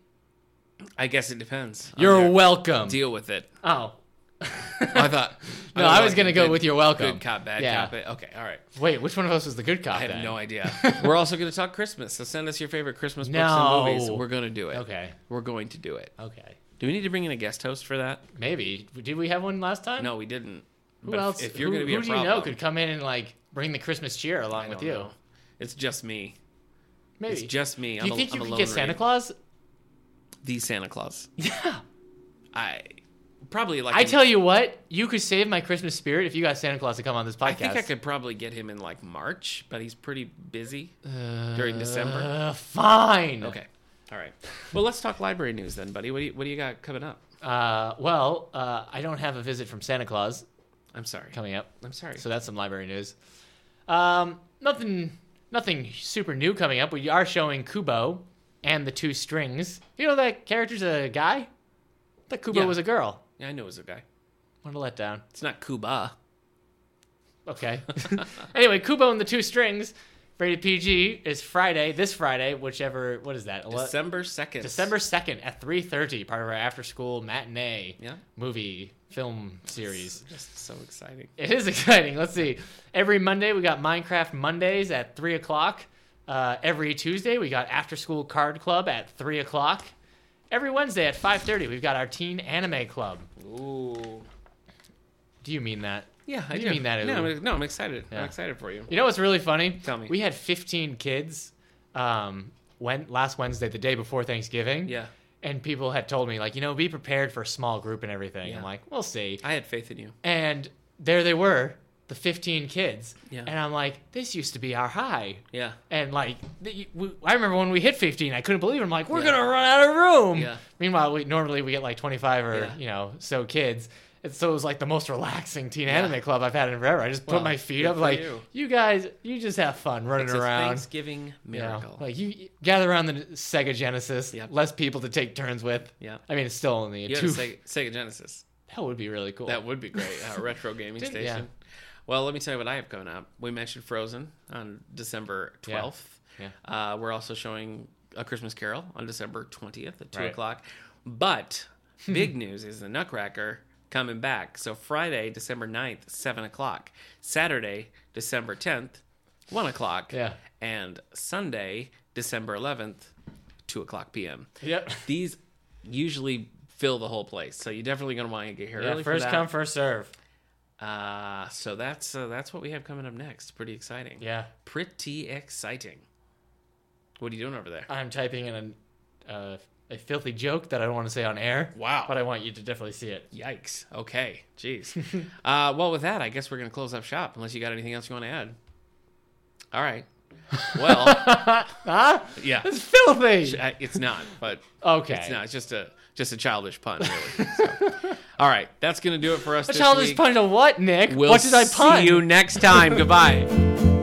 Speaker 2: I guess it depends. on
Speaker 1: You're
Speaker 2: their-
Speaker 1: welcome.
Speaker 2: deal with it.
Speaker 1: oh.
Speaker 2: I thought.
Speaker 1: No,
Speaker 2: don't
Speaker 1: I
Speaker 2: know,
Speaker 1: was
Speaker 2: like
Speaker 1: gonna
Speaker 2: a
Speaker 1: go
Speaker 2: good-
Speaker 1: with your welcome.
Speaker 2: Good cop, bad
Speaker 1: Yeah.
Speaker 2: cop. it- Okay, all right.
Speaker 1: Wait, which one of us was the good cop?
Speaker 2: I have
Speaker 1: then?
Speaker 2: no idea. We're also going to talk Christmas. So send us your favorite Christmas books
Speaker 1: No.
Speaker 2: and movies. We're going to do it.
Speaker 1: Okay.
Speaker 2: We're going to do it.
Speaker 1: Okay.
Speaker 2: Do we need to bring in a guest host for that?
Speaker 1: Maybe did we have one last time?
Speaker 2: No, we didn't.
Speaker 1: Who
Speaker 2: But if-
Speaker 1: else?
Speaker 2: If, you're
Speaker 1: who,
Speaker 2: going to be
Speaker 1: who
Speaker 2: a
Speaker 1: do
Speaker 2: problem,
Speaker 1: you know could come in and like bring the Christmas cheer
Speaker 2: I
Speaker 1: along with
Speaker 2: don't
Speaker 1: you?
Speaker 2: know. It's just me.
Speaker 1: Maybe.
Speaker 2: It's just me.
Speaker 1: do you
Speaker 2: I'm
Speaker 1: think
Speaker 2: a,
Speaker 1: you
Speaker 2: I'm a
Speaker 1: could
Speaker 2: lone
Speaker 1: get Santa
Speaker 2: ranger.
Speaker 1: Claus?
Speaker 2: The Santa Claus.
Speaker 1: Yeah.
Speaker 2: I probably like.
Speaker 1: I
Speaker 2: an-
Speaker 1: tell you what, you could save my Christmas spirit if you got Santa Claus to come on this podcast.
Speaker 2: I think I could probably get him in like March, but he's pretty busy during December.
Speaker 1: Uh, fine.
Speaker 2: Okay. All right. Well, let's talk library news then, buddy. What do you What do you got coming up?
Speaker 1: Uh, well, uh, I don't have a visit from Santa Claus
Speaker 2: I'm sorry.
Speaker 1: coming up.
Speaker 2: I'm sorry.
Speaker 1: So that's some library news. Um, nothing, nothing super new coming up. We are showing Kubo and the Two Strings. You know that character's a guy. That Kubo
Speaker 2: Yeah.
Speaker 1: was a girl.
Speaker 2: yeah, I know it was a guy.
Speaker 1: What a letdown.
Speaker 2: It's not Cuba.
Speaker 1: Okay. anyway, Kubo and the Two Strings, rated PG, is Friday. This Friday, whichever. What is that? Ele-
Speaker 2: December second.
Speaker 1: December second at three thirty. Part of our after-school matinee
Speaker 2: Yeah.
Speaker 1: movie film series.
Speaker 2: Just so exciting.
Speaker 1: It is exciting. Let's see. Every Monday we got Minecraft Mondays at three o'clock. Uh, every Tuesday we got After School Card Club at three o'clock. Every Wednesday at five thirty we've got our Teen Anime Club.
Speaker 2: Ooh.
Speaker 1: Do you mean that?
Speaker 2: Yeah, I
Speaker 1: You
Speaker 2: do.
Speaker 1: mean that,
Speaker 2: No,
Speaker 1: ooh.
Speaker 2: I'm, no, I'm excited.
Speaker 1: Yeah.
Speaker 2: I'm excited for you.
Speaker 1: You know what's really funny?
Speaker 2: Tell me.
Speaker 1: We had fifteen kids. Um, when last Wednesday, the day before Thanksgiving.
Speaker 2: Yeah.
Speaker 1: And people had told me like, you know, be prepared for a small group and everything.
Speaker 2: Yeah.
Speaker 1: I'm like, we'll see.
Speaker 2: I had faith in you.
Speaker 1: And there they were, the fifteen kids.
Speaker 2: Yeah.
Speaker 1: And I'm like, this used to be our high.
Speaker 2: Yeah.
Speaker 1: And like, th- you- we- I remember when we hit 15, I couldn't believe it. I'm like, we're
Speaker 2: Yeah.
Speaker 1: gonna run out of room.
Speaker 2: Yeah.
Speaker 1: Meanwhile, we normally we get like 25 or
Speaker 2: Yeah.
Speaker 1: you know so kids. And so it was like the most relaxing teen
Speaker 2: Yeah.
Speaker 1: anime club I've had in forever. I just put
Speaker 2: Well,
Speaker 1: my feet
Speaker 2: good
Speaker 1: up,
Speaker 2: for
Speaker 1: like you.
Speaker 2: you.
Speaker 1: guys, you just have fun running
Speaker 2: It's a
Speaker 1: around.
Speaker 2: Thanksgiving
Speaker 1: you know.
Speaker 2: miracle.
Speaker 1: like you you gather around the Sega Genesis,
Speaker 2: Yep.
Speaker 1: less people to take turns with.
Speaker 2: Yeah.
Speaker 1: I mean, it's still only a
Speaker 2: You had
Speaker 1: two.
Speaker 2: a Sega, Sega Genesis.
Speaker 1: that would be really cool.
Speaker 2: That would be great. Uh, retro gaming
Speaker 1: Didn't-
Speaker 2: station.
Speaker 1: yeah.
Speaker 2: Well, let me tell you what I have coming up. We mentioned Frozen on December 12th.
Speaker 1: Yeah.
Speaker 2: Uh, we're also showing A Christmas Carol on December 20th at 2
Speaker 1: Right.
Speaker 2: o'clock. But big news is the Nutcracker coming back. So Friday, December 9th, 7 o'clock. Saturday, December 10th, 1 o'clock.
Speaker 1: Yeah.
Speaker 2: And Sunday, December 11th, 2 o'clock p.m.
Speaker 1: Yep.
Speaker 2: These usually fill the whole place. So you're definitely going to want to get here
Speaker 1: Yeah,
Speaker 2: early. for
Speaker 1: first
Speaker 2: that.
Speaker 1: come, first serve.
Speaker 2: Uh, so that's uh, that's what we have coming up next. Pretty exciting.
Speaker 1: Yeah.
Speaker 2: Pretty exciting. What are you doing over there?
Speaker 1: I'm typing in a uh, a filthy joke that I don't want to say on air.
Speaker 2: Wow.
Speaker 1: But I want you to definitely see it.
Speaker 2: Yikes. Okay. Jeez. uh, well, with that, I guess we're going to close up shop unless you got anything else you want to add. All right. Well,
Speaker 1: Huh?
Speaker 2: yeah.
Speaker 1: It's filthy.
Speaker 2: Uh, It's not, but
Speaker 1: Okay.
Speaker 2: it's not. It's just a just a childish pun, really. So. All right. That's going to do it for
Speaker 1: A
Speaker 2: us this
Speaker 1: childish
Speaker 2: week.
Speaker 1: pun of what, Nick?
Speaker 2: We'll
Speaker 1: what did I pun?
Speaker 2: see you next time. Goodbye.